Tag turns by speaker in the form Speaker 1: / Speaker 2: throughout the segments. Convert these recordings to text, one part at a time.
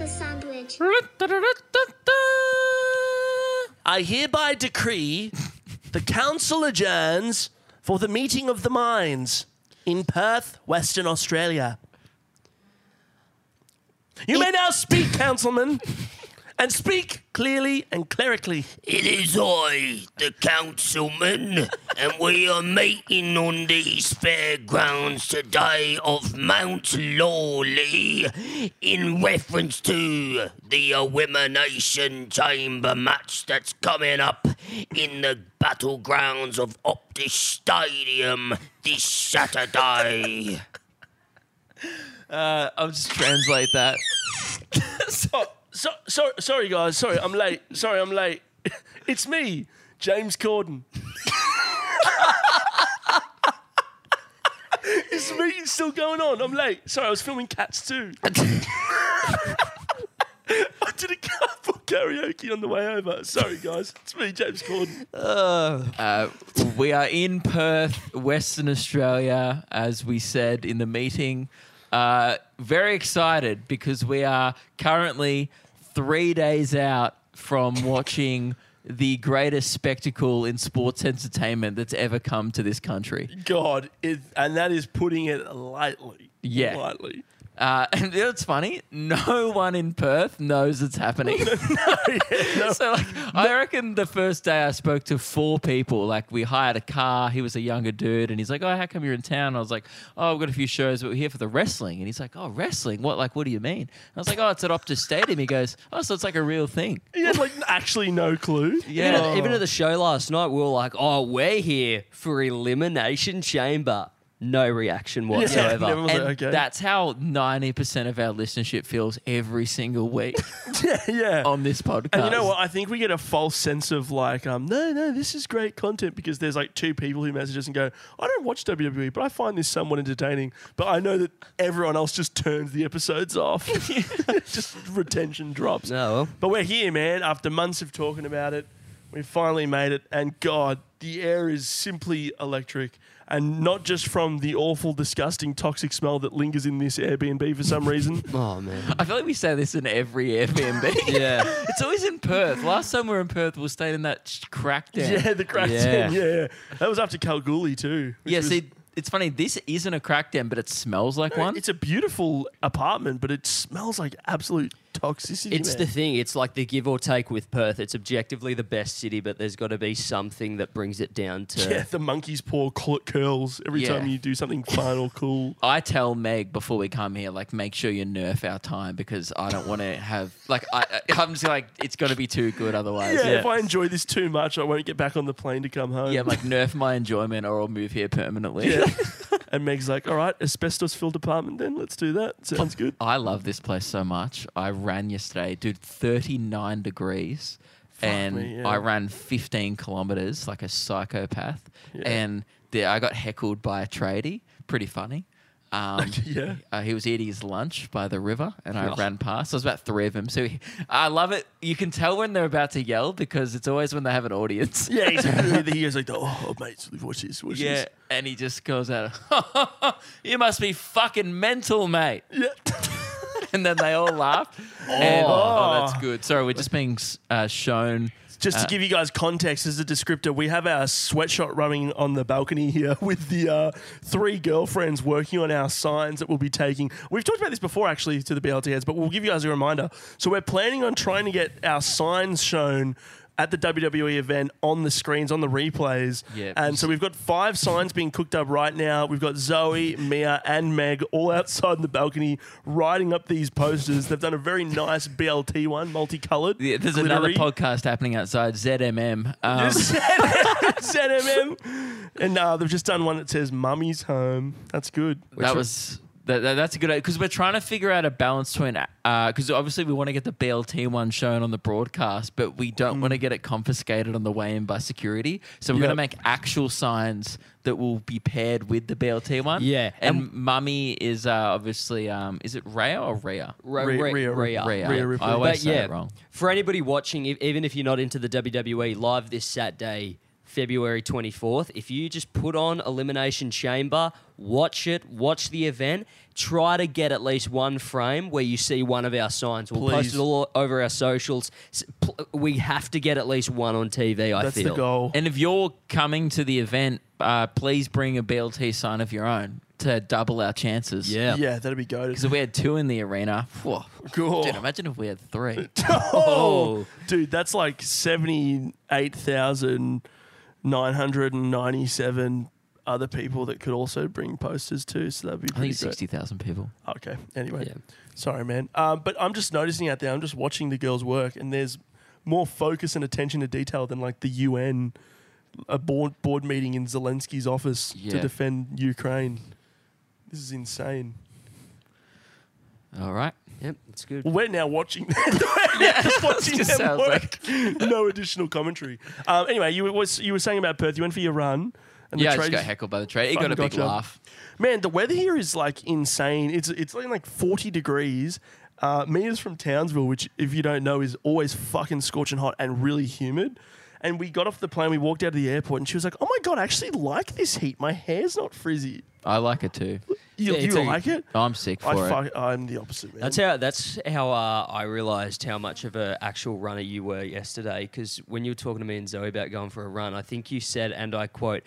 Speaker 1: a sandwich.
Speaker 2: I hereby decree the council adjourns for the meeting of the minds in Perth, Western Australia. You may now speak, councilman, and speak clearly and clerically.
Speaker 3: It is I, the councilman, and we are meeting on these fairgrounds today of Mount Lawley in reference to the Elimination Chamber match that's coming up in the battlegrounds of Optus Stadium this Saturday.
Speaker 4: I'll just translate that.
Speaker 2: So, so, so, sorry, guys. Sorry, I'm late. Sorry, I'm late. It's me, James Corden. it's me. It's still going on. I'm late. Sorry, I was filming Cats too. I did a couple karaoke on the way over. Sorry, guys. It's me, James Corden.
Speaker 4: Uh, We are in Perth, Western Australia, as we said in the meeting. Uh, very excited because we are currently three days out from watching the greatest spectacle in sports entertainment that's ever come to this country.
Speaker 2: God, it, and that is putting it lightly.
Speaker 4: Yeah.
Speaker 2: lightly.
Speaker 4: Uh, and you know what's funny? No one in Perth knows it's happening. so like, I reckon the first day I spoke to four people. Like we hired a car. He was a younger dude, and he's like, "Oh, how come you're in town?" I was like, "Oh, we've got a few shows, but we're here for the wrestling." And he's like, "Oh, wrestling? What? Like, what do you mean?" I was like, "Oh, it's at Optus Stadium." He goes, "Oh, so it's like a real thing."
Speaker 2: He had like actually no clue.
Speaker 4: Yeah.
Speaker 5: Even, at, even at the show last night, we were like, "Oh, we're here for Elimination Chamber." No reaction whatsoever.
Speaker 2: everyone was
Speaker 4: and
Speaker 2: like, okay.
Speaker 4: that's how 90% of our listenership feels every single week
Speaker 2: yeah, yeah.
Speaker 4: on this podcast.
Speaker 2: And you know what? I think we get a false sense of like, um, no, no, this is great content because there's like two people who message us and go, I don't watch WWE, but I find this somewhat entertaining. But I know that everyone else just turns the episodes off. just retention drops.
Speaker 5: No, well.
Speaker 2: But we're here, man. After months of talking about it, we finally made it. And God, the air is simply electric. And not just from the awful, disgusting, toxic smell that lingers in this Airbnb for some reason.
Speaker 5: Oh man.
Speaker 4: I feel like we say this in every Airbnb.
Speaker 5: Yeah.
Speaker 4: It's always in Perth. Last time we were in Perth, we stayed in that sh- crack den.
Speaker 2: Yeah, the crack
Speaker 5: Yeah.
Speaker 2: den. Yeah, yeah. That was after Kalgoorlie too. which
Speaker 4: Yeah,
Speaker 2: was-
Speaker 4: see, it's funny. This isn't a crack den, but it smells like one.
Speaker 2: it's a beautiful apartment, but it smells like absolute toxicity.
Speaker 5: It's the
Speaker 2: man.
Speaker 5: thing. It's like the give or take with Perth. It's objectively the best city, but there's got to be something that brings it down to.
Speaker 2: yeah, the monkey's paw cl- curls every
Speaker 4: Yeah.
Speaker 2: time you do something fun or cool.
Speaker 4: I tell Meg before we come here, like, make sure you nerf our time because I don't want to have, like, I, I- I'm just like, it's got to be too good otherwise.
Speaker 2: Yeah, if I enjoy this too much, I won't get back on the plane to come home.
Speaker 4: Yeah, I'm like, nerf my enjoyment or I'll move here permanently.
Speaker 2: Yeah. and Meg's like, "All right, asbestos filled apartment, then let's do that. Sounds good."
Speaker 4: I love this place so much. I ran yesterday, dude, 39 degrees. and
Speaker 2: me, yeah.
Speaker 4: I ran 15 kilometers like a psychopath. And there, I got heckled by a tradie. Pretty funny. Um,
Speaker 2: Yeah.
Speaker 4: uh, he was eating his lunch by the river, and I ran past. There was about three of them. So he- I love it. You can tell when they're about to yell because it's always when they have an audience.
Speaker 2: Yeah, he's, he was like, "Oh, mate, watch this, watch
Speaker 4: Yeah. And he just goes out, you must be fucking mental, mate.
Speaker 2: this." Yeah.
Speaker 4: and then they all laughed. And, oh, that's good. Sorry, we're just being uh, shown.
Speaker 2: Just to give you guys context as a descriptor, we have our sweatshop running on the balcony here with the uh, three girlfriends working on our signs that we'll be taking. We've talked about this before, actually, to the BLT heads, but we'll give you guys a reminder. So we're planning on trying to get our signs shown at the WWE event on the screens, on the replays.
Speaker 4: Yeah.
Speaker 2: And so we've got five signs being cooked up right now. We've got Zoe, Mia, and Meg all outside in the balcony writing up these posters. They've done a very nice BLT one, multicolored.
Speaker 4: Yeah, there's another
Speaker 2: glittery.
Speaker 4: podcast happening outside ZMM. Um,
Speaker 2: ZMM. And uh, they've just done one that says "Mummy's Home." That's good.
Speaker 4: that was that, that- that's a good because we're trying to figure out a balance between because obviously we want to get the BLT one shown on the broadcast, but we don't want to get it confiscated on the way in by security. So we're
Speaker 2: Yep.
Speaker 4: going to make actual signs that will be paired with the BLT one.
Speaker 5: Yeah,
Speaker 4: and, Mummy is uh, obviously um, is it Rhea or Rhea?
Speaker 5: Ra-
Speaker 2: Rhea-
Speaker 5: ra-
Speaker 2: Rhea-
Speaker 5: Rhea.
Speaker 4: Rhea.
Speaker 2: Rhea Ripley.
Speaker 4: I always
Speaker 5: But
Speaker 4: say
Speaker 5: yeah,
Speaker 4: it wrong.
Speaker 5: for anybody watching, e- even if you're not into the WWE live this E, Saturday, February 24th. If you just put on Elimination Chamber, watch it, watch the event, try to get at least one frame where you see one of our signs. We'll
Speaker 2: Please.
Speaker 5: post it all over our socials. S- pl- We have to get at least one on TV, I
Speaker 2: That's
Speaker 5: feel.
Speaker 2: the goal.
Speaker 4: And if you're coming to the event, uh, please bring a BLT sign of your own to double our chances.
Speaker 5: Yeah.
Speaker 2: yeah, that'd be good.
Speaker 4: Because if we had two in the arena, whoa,
Speaker 2: Cool.
Speaker 4: dude, imagine if we had three.
Speaker 2: Oh, dude, that's like seventy-eight thousand nine hundred and ninety-seven other people that could also bring posters too. So that'd be
Speaker 4: I
Speaker 2: pretty
Speaker 4: think
Speaker 2: great.
Speaker 4: 60,000 people.
Speaker 2: Okay. Anyway,
Speaker 5: Yeah.
Speaker 2: sorry, man. Um, but I'm just noticing out there. I'm just watching the girls work, and there's more focus and attention to detail than like the UN a board board meeting in Zelensky's office to
Speaker 4: Yeah.
Speaker 2: defend Ukraine. This is insane.
Speaker 4: All right.
Speaker 5: Yep, it's good.
Speaker 2: Well, we're now watching. we're now just watching
Speaker 4: just
Speaker 2: them
Speaker 4: sounds
Speaker 2: work. no additional commentary. Um, anyway, you was you were saying about Perth. You went for your run. And
Speaker 4: yeah, I
Speaker 2: trade-
Speaker 4: just got heckled by the trade. It got
Speaker 2: Fucking
Speaker 4: a big
Speaker 2: gotcha.
Speaker 4: laugh.
Speaker 2: Man, the weather here is like insane. It's it's like, like forty degrees. Uh, Mia's from Townsville, which if you don't know is always fucking scorching hot and really humid. And we got off the plane, we walked out of the airport, and she was like, "Oh my god, I actually like this heat. My hair's not frizzy.
Speaker 4: I like it too. Oh,
Speaker 2: You,
Speaker 5: Yeah,
Speaker 2: you
Speaker 5: it's a-
Speaker 2: like it?
Speaker 4: I'm sick for
Speaker 2: I
Speaker 4: it.
Speaker 2: fuck, I'm the opposite, man.
Speaker 5: That's how. That's how uh, I realised how much of an actual runner you were yesterday. Because when you were talking to me and Zoe about going for a run, I think you said, and I quote,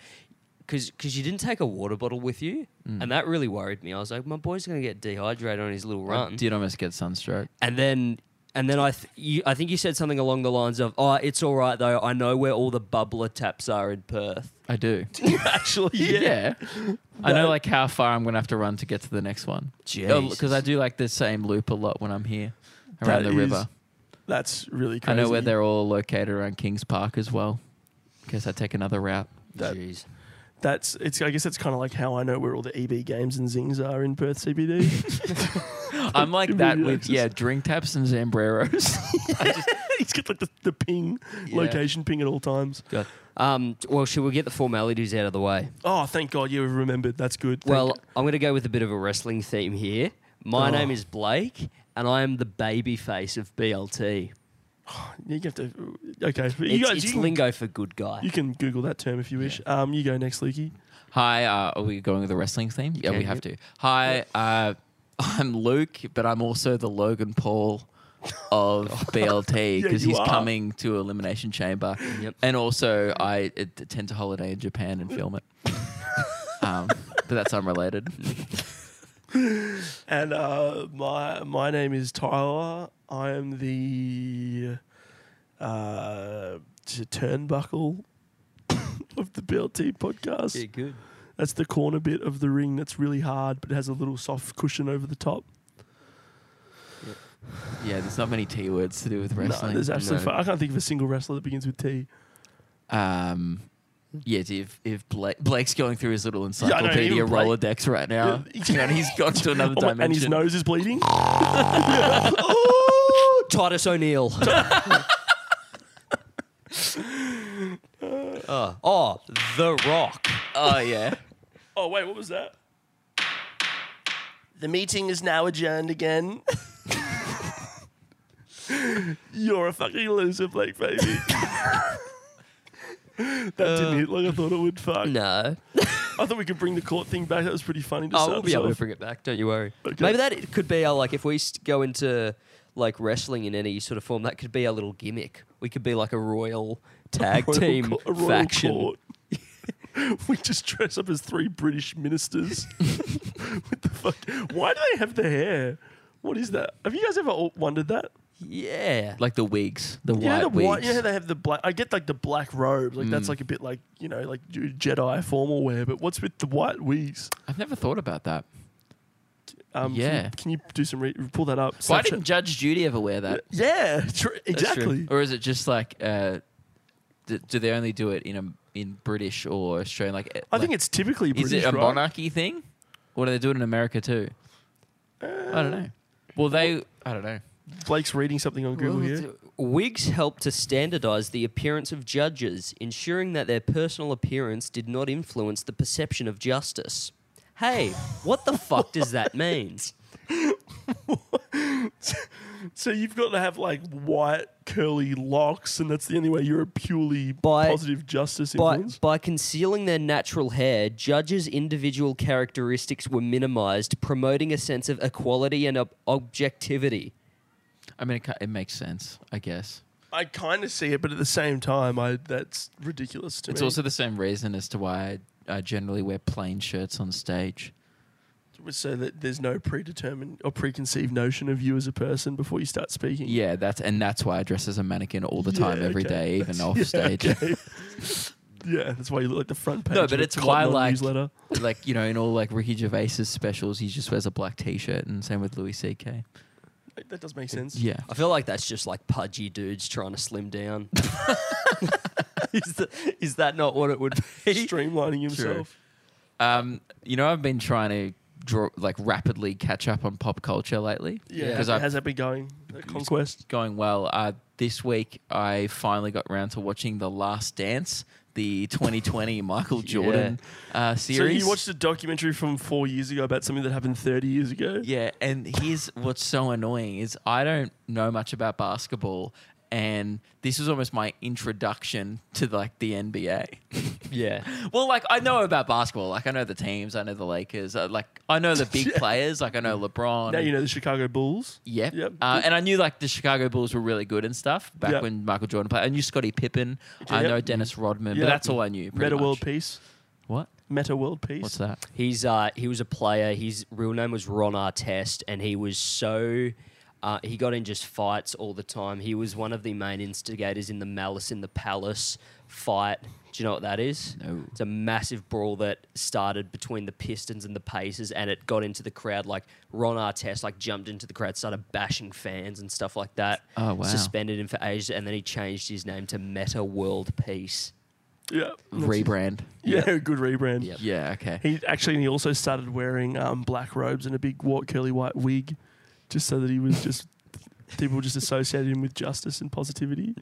Speaker 5: "Because you didn't take a water bottle with you,"
Speaker 4: Mm.
Speaker 5: and that really worried me. I was like, "My boy's going to get dehydrated on his little
Speaker 4: I
Speaker 5: run."
Speaker 4: did almost get sunstroke.
Speaker 5: And then, and then I, th- you, I think you said something along the lines of, "Oh, it's all right though. I know where all the bubbler taps are in Perth."
Speaker 4: I do.
Speaker 2: actually, yeah.
Speaker 4: Yeah. I know like how far I'm going to have to run to get to the next one. Because I
Speaker 5: Jesus.
Speaker 4: do like the same loop a lot when I'm here around
Speaker 2: That is
Speaker 4: the river.
Speaker 2: That's really
Speaker 4: I
Speaker 2: crazy.
Speaker 4: know where they're all located around Kings Park as well. In case I take another route.
Speaker 2: That-
Speaker 5: Jeez.
Speaker 2: That's it's. I guess that's kind of like how I know where all the EB games and zings are in Perth CBD.
Speaker 4: I'm like
Speaker 2: It
Speaker 4: that
Speaker 2: really
Speaker 4: with
Speaker 2: is.
Speaker 4: yeah, drink taps and zambreros.
Speaker 2: He's got like the, the ping location ping at all times.
Speaker 5: Um, well, should we get the formalities out of the way?
Speaker 2: Oh, thank God you remembered. That's good. Thank-
Speaker 5: Well, I'm going to go with a bit of a wrestling theme here. My
Speaker 2: Oh.
Speaker 5: name is Blake, and I am the baby face of BLT.
Speaker 2: you have to. Okay, you
Speaker 5: It's,
Speaker 2: guys,
Speaker 5: it's
Speaker 2: you, can,
Speaker 5: lingo for good guy.
Speaker 2: you can Google that term if you wish. Um, you go next, Leaky.
Speaker 4: Hi, uh, are we going with the wrestling theme? Yeah, we
Speaker 5: can,
Speaker 4: have to. Hi, uh, I'm Luke, but I'm also the Logan Paul of BLT
Speaker 2: Yeah,
Speaker 4: because
Speaker 2: you
Speaker 4: he's
Speaker 2: are.
Speaker 4: coming to Elimination Chamber,
Speaker 5: Yep.
Speaker 4: and also I attend to holiday in Japan and film it. um, but that's unrelated.
Speaker 2: And uh, my my name is Tyler. I am the uh, t- turnbuckle of the BLT podcast.
Speaker 5: Yeah, good.
Speaker 2: That's the corner bit of the ring that's really hard, but it has a little soft cushion over the top.
Speaker 4: Yeah, there's not many T words to do with
Speaker 2: No,
Speaker 4: wrestling.
Speaker 2: there's absolutely.
Speaker 5: no.
Speaker 2: I can't think of a single wrestler that begins with T.
Speaker 4: um, yeah, if if Blake, Blake's going through his little
Speaker 2: know, even
Speaker 4: encyclopedia
Speaker 2: Blake-
Speaker 4: Rolodex right now,
Speaker 2: Yeah.
Speaker 4: and he's gone to another
Speaker 2: Oh my-
Speaker 4: dimension.
Speaker 2: and his nose is bleeding.
Speaker 5: Titus O'Neill.
Speaker 2: Uh,
Speaker 5: oh, oh, The Rock.
Speaker 4: Oh yeah.
Speaker 2: Oh wait, what was that? The meeting is now adjourned again. You're a fucking loser, Blake baby. that didn't hit like I thought it would. Fuck.
Speaker 5: No.
Speaker 2: I thought we could bring the court thing back. That was pretty funny. To
Speaker 5: Oh,
Speaker 2: start
Speaker 5: we'll be
Speaker 2: us
Speaker 5: able to
Speaker 2: off.
Speaker 5: bring it back. Don't you worry.
Speaker 2: Okay.
Speaker 5: Maybe that it could be our like if we s- go into like wrestling in any sort of form, that could be our little gimmick. We could be like a royal tag
Speaker 2: Royal
Speaker 5: team
Speaker 2: co- a royal
Speaker 5: faction.
Speaker 2: court. we just dress up as three British ministers. what the fuck? Why do they have the hair? What is that? Have you guys ever all wondered that?
Speaker 5: Yeah.
Speaker 4: like the wigs, the
Speaker 2: You
Speaker 4: white
Speaker 2: know the
Speaker 4: wigs. Mm.
Speaker 2: white. You know how they have the black. I get like the black robes. Like that's like a bit like you know like Je- Jedi formal wear. But what's with the white wigs?
Speaker 4: I've never thought about that.
Speaker 2: Um, can you-
Speaker 4: Yeah.
Speaker 2: Can you, do some re- pull that up?
Speaker 4: Why
Speaker 2: Snapchat.
Speaker 4: didn't Judge Judy ever wear that?
Speaker 2: yeah, tr-
Speaker 5: That's true.
Speaker 2: exactly.
Speaker 4: Or is it just like, uh, do, do they only do it in a, in British or Australian? Like,
Speaker 2: I think it's typically British.
Speaker 4: is it a
Speaker 2: right?
Speaker 4: monarchy thing, or do they do it in America too?
Speaker 2: Uh,
Speaker 4: I don't know. Well, they, I don't know.
Speaker 2: Blake's reading something on Google here.
Speaker 5: Wigs helped to standardize the appearance of judges, ensuring that their personal appearance did not influence the perception of justice. Hey, what the fuck does that mean?
Speaker 2: So you've got to have like white curly locks, and that's the only way you're a purely
Speaker 5: By-
Speaker 2: positive justice
Speaker 5: By,
Speaker 2: influence.
Speaker 5: by concealing their natural hair, judges' individual characteristics were minimized, promoting a sense of equality and ob- objectivity.
Speaker 4: I mean, it, ki- it makes sense, I guess.
Speaker 2: I kind of see it, but at the same time, I that's ridiculous to
Speaker 4: It's
Speaker 2: me.
Speaker 4: also the same reason as to why I, I generally wear plain shirts on stage.
Speaker 2: so that there's no predetermined or preconceived notion of you as a person before you start speaking.
Speaker 4: Yeah, that's and that's why I dress as a mannequin all the time,
Speaker 2: Yeah,
Speaker 4: every
Speaker 2: okay.
Speaker 4: day, even
Speaker 2: That's-
Speaker 4: off
Speaker 2: yeah,
Speaker 4: stage.
Speaker 2: okay. yeah, that's why you look like the front page.
Speaker 4: No,
Speaker 2: of
Speaker 4: but
Speaker 2: a
Speaker 4: it's
Speaker 2: Cotton
Speaker 4: why
Speaker 2: On
Speaker 4: like
Speaker 2: newsletter.
Speaker 4: like you know in all like Ricky Gervais's specials, he just wears a black T-shirt, and same with Louis C.K.
Speaker 2: That does make sense.
Speaker 4: Yeah,
Speaker 5: I feel like that's just like pudgy dudes trying to slim down. is, that, is that not what it would be?
Speaker 2: Streamlining himself.
Speaker 4: um, you know I've been trying to draw like rapidly catch up on pop culture lately.
Speaker 2: Yeah.
Speaker 4: because
Speaker 2: How's that been going? The
Speaker 4: Mm-hmm.
Speaker 2: conquest.
Speaker 4: going well. Uh, this week I finally got round to watching The Last Dance, the 2020 Michael Jordan uh, series.
Speaker 2: So you watched a documentary from four years ago about something that happened 30 years ago.
Speaker 4: Yeah, and here's what's so annoying is I don't know much about basketball, and this was almost my introduction to like the NBA.
Speaker 5: Yeah.
Speaker 4: well, like I know about basketball, like I know the teams, I know the Lakers, uh, like I know the big
Speaker 2: Yeah.
Speaker 4: players, like I know LeBron.
Speaker 2: Now you know the Chicago Bulls.
Speaker 4: Yep.
Speaker 2: Yep.
Speaker 4: Uh, and I knew like the Chicago Bulls were really good and stuff back
Speaker 2: Yep.
Speaker 4: when Michael Jordan played. I knew Scottie Pippen. I
Speaker 2: Yep.
Speaker 4: know Dennis Rodman,
Speaker 2: Yep.
Speaker 4: but that's all I knew. pretty
Speaker 2: Meta
Speaker 4: much.
Speaker 2: World Peace.
Speaker 4: What?
Speaker 2: Meta World Peace.
Speaker 4: What's that?
Speaker 5: He's uh, he was a player. His real name was Ron Artest, and he was so uh, he got in just fights all the time. He was one of the main instigators in the Malice in the Palace fight. Do you know what that is?
Speaker 4: No.
Speaker 5: It's a massive brawl that started between the Pistons and the Pacers, and it got into the crowd. Like Ron Artest, like jumped into the crowd, started bashing fans and stuff like that.
Speaker 4: Oh, wow.
Speaker 5: Suspended him for ages, and then he changed his name to Meta World Peace.
Speaker 2: Yeah. That's-
Speaker 4: Rebrand.
Speaker 2: Yeah, good rebrand.
Speaker 5: Yep.
Speaker 4: Yeah. Okay.
Speaker 2: He actually he also started wearing um, black robes and a big wa- curly white wig, just so that he was just people just associated him with justice and positivity.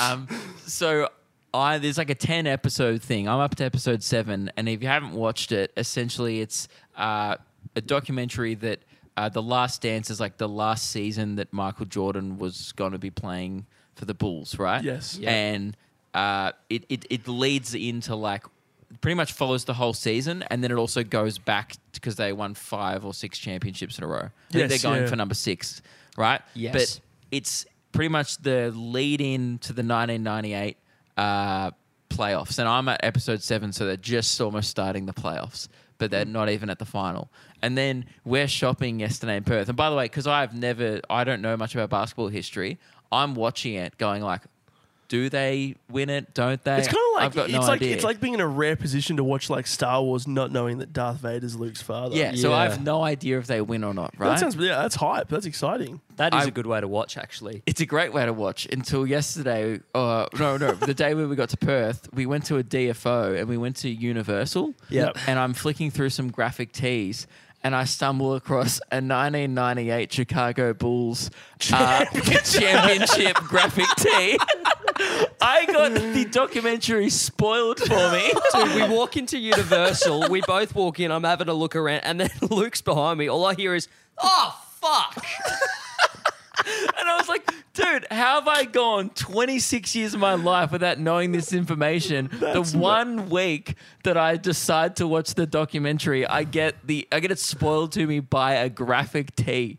Speaker 4: um, so I there's like a ten episode thing. I'm up to episode seven, and if you haven't watched it, essentially it's uh, a documentary that uh, the Last Dance is like the last season that Michael Jordan was going to be playing for the Bulls, right?
Speaker 2: Yes.
Speaker 5: Yeah.
Speaker 4: And uh, it, it it leads into like pretty much follows the whole season, and then it also goes back because they won five or six championships in a row. I think
Speaker 2: Yes,
Speaker 4: they're going
Speaker 2: yeah.
Speaker 4: for number six, right?
Speaker 5: Yes.
Speaker 4: But it's pretty much the lead in to the 1998 uh, playoffs. And I'm at episode seven, so they're just almost starting the playoffs, but they're not even at the final. And then we're shopping yesterday in Perth. And by the way, because I've never, I don't know much about basketball history, I'm watching it going like, do they win it? Don't they?
Speaker 2: It's kind of like
Speaker 4: I've got
Speaker 2: it's
Speaker 4: no
Speaker 2: like
Speaker 4: idea.
Speaker 2: it's like being in a rare position to watch like Star Wars, not knowing that Darth Vader's Luke's father.
Speaker 4: yeah, so
Speaker 5: Yeah.
Speaker 4: I have no idea if they win or not, right?
Speaker 2: that sounds yeah, that's hype. That's exciting.
Speaker 5: That is
Speaker 4: I-
Speaker 5: a good way to watch, actually.
Speaker 4: it's a great way to watch until yesterday uh, no no the day when we got to perth we went to a dfo and we went to universal
Speaker 2: Yep.
Speaker 4: and i'm flicking through some graphic tees and I stumble across a 1998 Chicago Bulls uh, championship graphic tee. I got the documentary spoiled for me.
Speaker 5: Dude, we walk into Universal. We both walk in. I'm having a look around, and then Luke's behind me. All I hear is, "Oh fuck!"
Speaker 4: And I was like, dude, how have I gone 26 years of my life without knowing this information? the one week that I decide to watch the documentary, I get the I get it spoiled to me by a graphic tee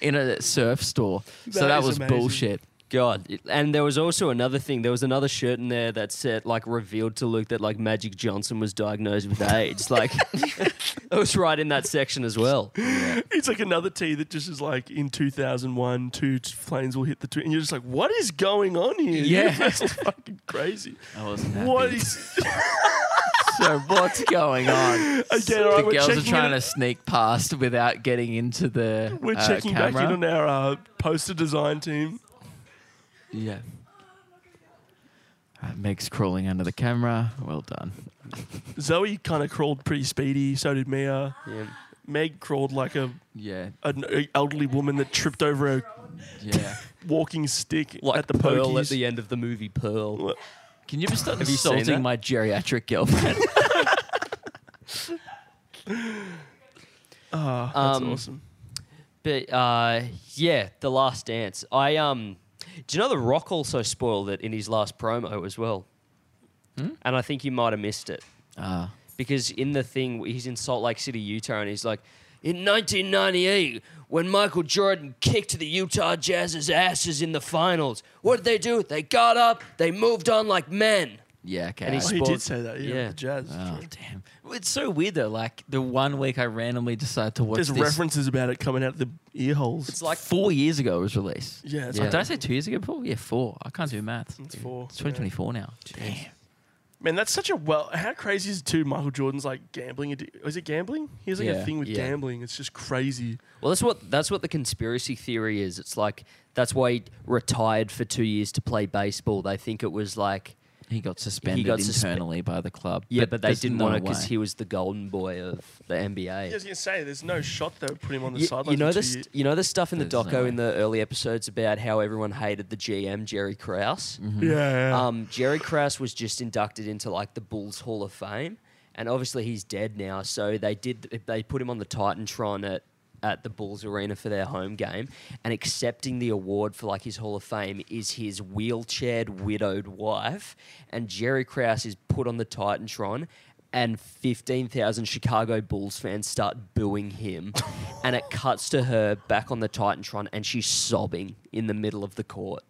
Speaker 4: in a surf store. so
Speaker 2: That
Speaker 4: that
Speaker 2: is
Speaker 4: was
Speaker 2: amazing.
Speaker 4: bullshit.
Speaker 5: God. And there was also another thing. There was another shirt in there that said, like, revealed to Luke that like Magic Johnson was diagnosed with AIDS. Like, it was right in that section as well.
Speaker 2: It's like another tea that just is like in 2001, two t- planes will hit the two, and you're just like, what is going on here?
Speaker 4: Yeah.
Speaker 2: Universal's fucking crazy.
Speaker 4: I wasn't happy.
Speaker 2: What is
Speaker 4: so what's going on?
Speaker 2: again? all right,
Speaker 4: the
Speaker 2: we're
Speaker 4: girls are
Speaker 2: checking
Speaker 4: trying
Speaker 2: in-
Speaker 4: to sneak past without getting into the
Speaker 2: We're
Speaker 4: uh,
Speaker 2: checking
Speaker 4: camera.
Speaker 2: back in on our uh, poster design team.
Speaker 4: Yeah. Uh, Meg's crawling under the camera. Well done.
Speaker 2: Zoe kind of crawled pretty speedy. So did Mia.
Speaker 5: Yeah.
Speaker 2: Meg crawled like a
Speaker 4: Yeah,
Speaker 2: an elderly woman that tripped over a
Speaker 4: yeah.
Speaker 2: walking stick
Speaker 5: Like
Speaker 2: at the
Speaker 5: Pearl
Speaker 2: pokies.
Speaker 5: at the end of the movie Pearl.
Speaker 2: What?
Speaker 4: Can you ever stop
Speaker 5: Have you seen
Speaker 4: insulting
Speaker 5: that?
Speaker 4: my geriatric girlfriend?
Speaker 2: Oh, that's
Speaker 5: Um,
Speaker 2: awesome.
Speaker 5: But uh, yeah, the last dance. I um, do you know the Rock also spoiled it in his last promo as well, and I think he might have missed it
Speaker 4: Ah.
Speaker 5: because in the thing he's in Salt Lake City, Utah, and he's like, in 1998, when Michael Jordan kicked the Utah Jazz's asses in the finals, what did they do? They got up, they moved on like men.
Speaker 4: yeah, okay.
Speaker 5: And he's-
Speaker 2: Oh, he
Speaker 5: sport-
Speaker 2: did say that. Yeah,
Speaker 5: yeah.
Speaker 2: the Jazz.
Speaker 4: oh, damn. It's so weird though. Like the one week I randomly decided to watch
Speaker 2: There's
Speaker 4: this.
Speaker 2: references about it coming out the ear holes.
Speaker 4: It's like four years ago it was released.
Speaker 2: yeah, it's
Speaker 4: Oh,
Speaker 2: like
Speaker 4: did I say two years ago? Paul? Yeah, four. I can't do math.
Speaker 2: It's four,
Speaker 4: It's 2024 now.
Speaker 2: Man, that's such a well. How crazy is too? Michael Jordan's like gambling. addi- Is it gambling? He has like
Speaker 4: Yeah,
Speaker 2: a thing with
Speaker 5: yeah.
Speaker 2: gambling. It's just crazy.
Speaker 5: Well, that's what that's what the conspiracy theory is. It's like that's why he retired for two years to play baseball. They think it was like
Speaker 4: He got suspended
Speaker 5: got suspe-
Speaker 4: internally by the club.
Speaker 5: yeah, but, they
Speaker 4: there's
Speaker 5: didn't
Speaker 4: no
Speaker 5: want it because
Speaker 4: way.
Speaker 5: he was the golden boy of the NBA.
Speaker 2: I was gonna say, there's no shot that would put him on the
Speaker 5: You,
Speaker 2: sideline.
Speaker 5: you know this. You know the stuff in the
Speaker 4: There's no
Speaker 5: doco
Speaker 4: way.
Speaker 5: in the early episodes about how everyone hated the GM Jerry Krause.
Speaker 4: Mm-hmm.
Speaker 2: Yeah, yeah.
Speaker 5: Um, Jerry Krause was just inducted into like the Bulls Hall of Fame, and obviously he's dead now. So they did they put him on the Titantron at at the Bulls Arena for their home game, and accepting the award for like his Hall of Fame is his wheelchaired widowed wife, and Jerry Krause is put on the Titantron. And 15,000 Chicago Bulls fans start booing him. and it cuts to her back on the Titantron, and she's sobbing in the middle of the court.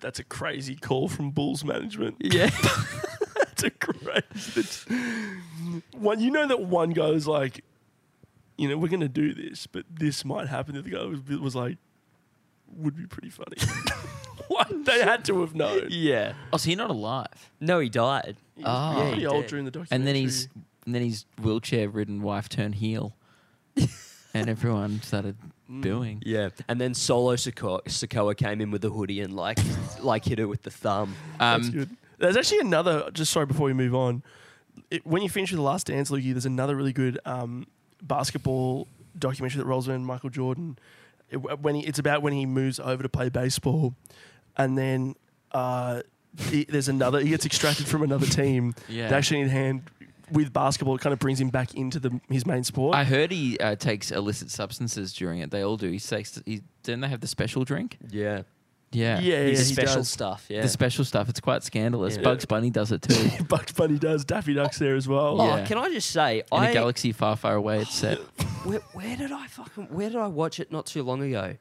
Speaker 2: that's a crazy call from Bulls management.
Speaker 5: Yeah.
Speaker 2: that's a crazy. That's, one, you know that one guy was like, you know, we're gonna do this, but this might happen. The other guy was, was like, would be pretty funny. what? They had to have known.
Speaker 5: yeah.
Speaker 4: Oh, so you're not alive.
Speaker 5: No, he died.
Speaker 2: He
Speaker 4: Ah.
Speaker 2: was
Speaker 4: Yeah,
Speaker 2: pretty
Speaker 5: he
Speaker 2: old
Speaker 5: did.
Speaker 2: during the documentary.
Speaker 4: And then he's and then his wheelchair ridden wife turned heel. and everyone started booing.
Speaker 5: Yeah. And then Solo Sokoa, Sokoa came in with a hoodie and like like hit her with the thumb.
Speaker 2: That's
Speaker 4: Um,
Speaker 2: good. There's actually another. Just sorry before we move on. It, when you finish with the last dance, Lukey, there's another really good um, basketball documentary that rolls around Michael Jordan. It- when he, it's about when he moves over to play baseball, and then uh, he, there's another. He gets extracted from another team.
Speaker 4: Yeah.
Speaker 2: They actually need hand with basketball. It kind of brings him back into the his main sport.
Speaker 4: I heard he uh, takes illicit substances during it. They all do. He takes. He, don't they have the special drink?
Speaker 5: Yeah.
Speaker 4: Yeah.
Speaker 2: yeah,
Speaker 5: His
Speaker 2: he
Speaker 5: special
Speaker 2: does.
Speaker 5: stuff. Yeah.
Speaker 4: The special stuff. It's quite scandalous.
Speaker 5: Yeah.
Speaker 4: Bugs Bunny does it too.
Speaker 2: Bugs Bunny does. Daffy Duck's there as well.
Speaker 5: Oh,
Speaker 4: Yeah.
Speaker 5: can I just say,
Speaker 4: In a
Speaker 5: I
Speaker 4: galaxy far, far away, it's set.
Speaker 5: where, where did I fucking where did I watch it not too long ago?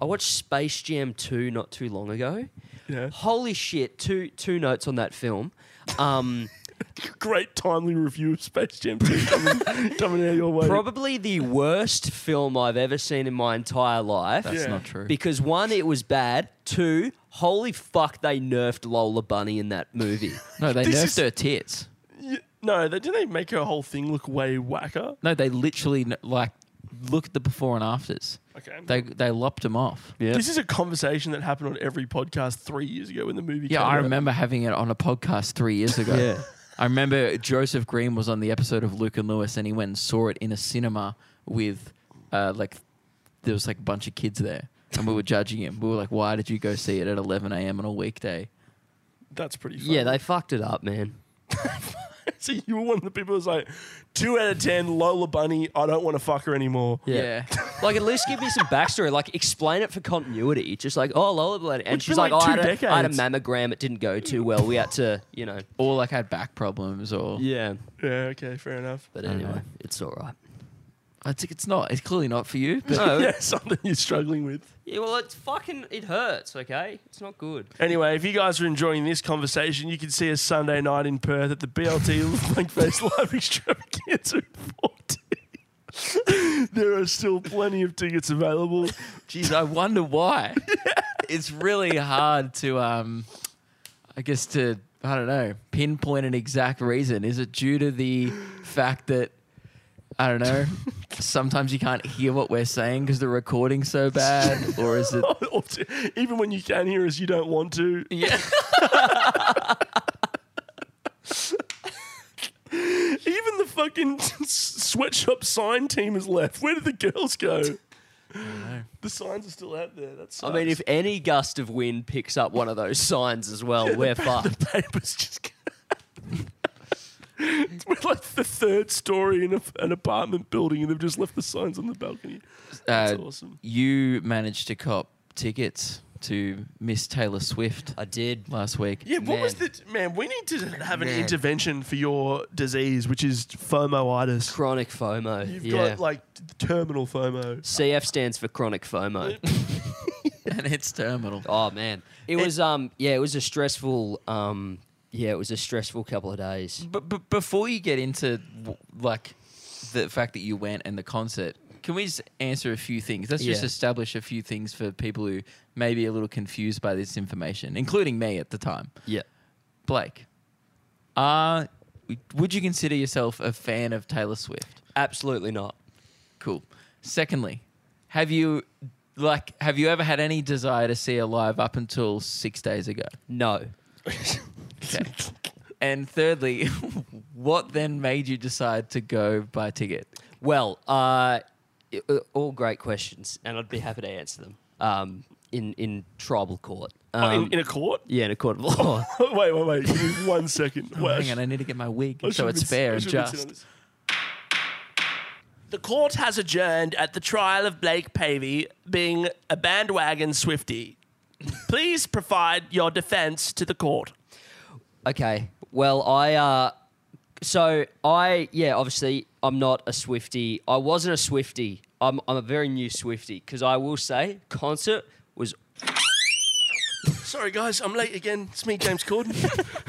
Speaker 5: I watched Space Jam 2 not too long ago.
Speaker 2: Yeah.
Speaker 5: Holy shit, two two notes on that film. Um
Speaker 2: Oh, Great timely review of Space Jam 2 coming, coming out your way.
Speaker 5: probably the worst film I've ever seen in my entire life.
Speaker 4: That's
Speaker 2: Yeah.
Speaker 4: not true.
Speaker 5: Because one, it was bad. Two, holy fuck, they nerfed Lola Bunny in that movie.
Speaker 4: no, they
Speaker 2: This
Speaker 4: nerfed
Speaker 2: is-
Speaker 4: her tits.
Speaker 2: Y no, they, didn't they make her whole thing look way whacker?
Speaker 4: No, they literally n- like look at the before and afters.
Speaker 2: Okay.
Speaker 4: They they lopped them off. Yeah,
Speaker 2: This is a conversation that happened on every podcast three years ago when the movie came
Speaker 4: I
Speaker 2: out.
Speaker 4: remember having it on a podcast three years ago.
Speaker 5: Yeah.
Speaker 4: I remember Joseph Green was on the episode of Luke and Lewis, and he went and saw it in a cinema with uh, like there was like a bunch of kids there, and we were judging him. We were like, "Why did you go see it at 11 a.m. on a weekday?"
Speaker 2: That's pretty funny.
Speaker 5: yeah, they fucked it up, man.
Speaker 2: So you were one of the people who's like, two out of ten, Lola Bunny, I don't want to fuck her anymore.
Speaker 4: Yeah.
Speaker 5: like, at least give me some backstory. Like, explain it for continuity. Just like, oh, Lola Bunny. And
Speaker 2: It's
Speaker 5: she's
Speaker 2: been
Speaker 5: like,
Speaker 2: like
Speaker 5: oh, I
Speaker 2: two
Speaker 5: had, a, I had a
Speaker 2: decades.
Speaker 5: mammogram. It didn't go too well. We had to, you know.
Speaker 4: Or like had back problems, or
Speaker 5: Yeah.
Speaker 2: Yeah, okay, fair enough.
Speaker 5: But
Speaker 4: I don't
Speaker 5: anyway,
Speaker 4: know.
Speaker 5: it's all right.
Speaker 4: I think it's not. It's clearly not for you. But
Speaker 5: No.
Speaker 2: Yeah, something you're struggling with.
Speaker 5: Yeah, well, it's fucking, it hurts, okay? It's not good.
Speaker 2: Anyway, if you guys are enjoying this conversation, you can see us Sunday night in Perth at the BLT Blankface Live Extravaganza in 40. there are still plenty of tickets available.
Speaker 4: Jeez, I wonder why. it's really hard to, um, I guess, to I don't know, pinpoint an exact reason. Is it due to the fact that I don't know? Sometimes you can't hear what we're saying because the recording's so bad, or is it?
Speaker 2: Or t- Even when you can hear us, you don't want to.
Speaker 4: Yeah,
Speaker 2: Even the fucking sweatshop sign team has left. Where did the girls go? The signs are still out there. That's
Speaker 5: I mean, if any gust of wind picks up one of those signs as well, we're fucked.
Speaker 2: papers just. It's we're like the third story in a, an apartment building, and they've just left the signs on the balcony. That's
Speaker 4: Uh,
Speaker 2: awesome.
Speaker 4: You managed to cop tickets to Miss Taylor Swift
Speaker 5: I did.
Speaker 4: last week.
Speaker 2: Yeah, what was
Speaker 5: man.
Speaker 2: the man? We need to have an
Speaker 5: Man.
Speaker 2: intervention for your disease, which is FOMOitis.
Speaker 5: Chronic FOMO.
Speaker 2: You've
Speaker 5: yeah.
Speaker 2: got like t- terminal FOMO.
Speaker 5: CF stands for chronic FOMO.
Speaker 4: and it's terminal.
Speaker 5: Oh man, it was um yeah, it was a stressful um yeah, it was a stressful couple of days.
Speaker 4: But, but before you get into w- like the fact that you went and the concert, can we just answer a few things? Let's just
Speaker 5: Yeah.
Speaker 4: establish a few things for people who may be a little confused by this information, including me at the time.
Speaker 5: Yeah.
Speaker 4: Blake, are would you consider yourself a fan of Taylor Swift?
Speaker 5: Absolutely not.
Speaker 4: Cool. Secondly, have you like have you ever had any desire to see her live up until six days ago?
Speaker 5: No.
Speaker 4: Okay. and thirdly, what then made you decide to go buy a ticket?
Speaker 5: Well, uh it- uh, all great questions and I'd be happy to answer them. Um in in tribal court. Um,
Speaker 2: Oh, in, in a court?
Speaker 5: yeah, in a court of law.
Speaker 2: wait, wait, wait. Give me one second. Wait, I
Speaker 4: Oh, Hang on, I need to get my wig
Speaker 2: I
Speaker 4: so
Speaker 2: should've
Speaker 4: it's
Speaker 2: been- I
Speaker 4: fair and
Speaker 2: should've been sitting
Speaker 4: just.
Speaker 2: on this. The court has adjourned at the trial of Blake Pavey being a bandwagon Swifty. Please provide your defense to the court.
Speaker 5: Okay. Well, I uh so I yeah, obviously I'm not a Swifty. I wasn't a Swifty. I'm I'm a very new Swifty because I will say concert was
Speaker 2: Sorry, guys, I'm late again. It's me, James Corden.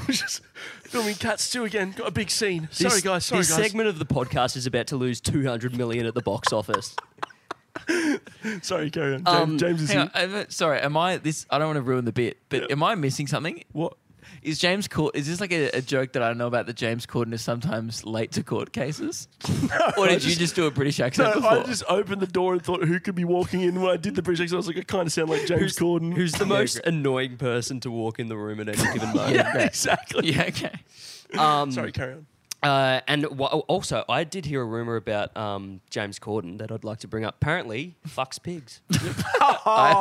Speaker 2: We're just filming Cats 2 again. Got a big scene.
Speaker 5: This-
Speaker 2: sorry, guys. Sorry,
Speaker 5: this
Speaker 2: guys.
Speaker 5: segment of the podcast is about to lose 200 million at the box office.
Speaker 2: Sorry, carry on. James,
Speaker 5: Um,
Speaker 2: James is
Speaker 4: Hang on,
Speaker 2: here.
Speaker 4: am I- sorry, am I this? I don't want to ruin the bit, but am I missing something?
Speaker 2: What?
Speaker 4: Is James Corden? Is this like a, a joke that I know about that James Corden is sometimes late to court cases? or did you just do a British accent
Speaker 2: No,
Speaker 4: before?
Speaker 2: I just opened the door and thought, who could be walking in? When I did the British accent, I was like, I kind of sound like James Corden.
Speaker 5: Who's the most annoying person to walk in the room at any given moment?
Speaker 4: yeah, okay.
Speaker 2: exactly?
Speaker 4: yeah, okay.
Speaker 5: um,
Speaker 2: Sorry, carry on.
Speaker 5: Uh, and wha- also, I did hear a rumor about um, James Corden that I'd like to bring up. Apparently, fucks pigs.
Speaker 4: I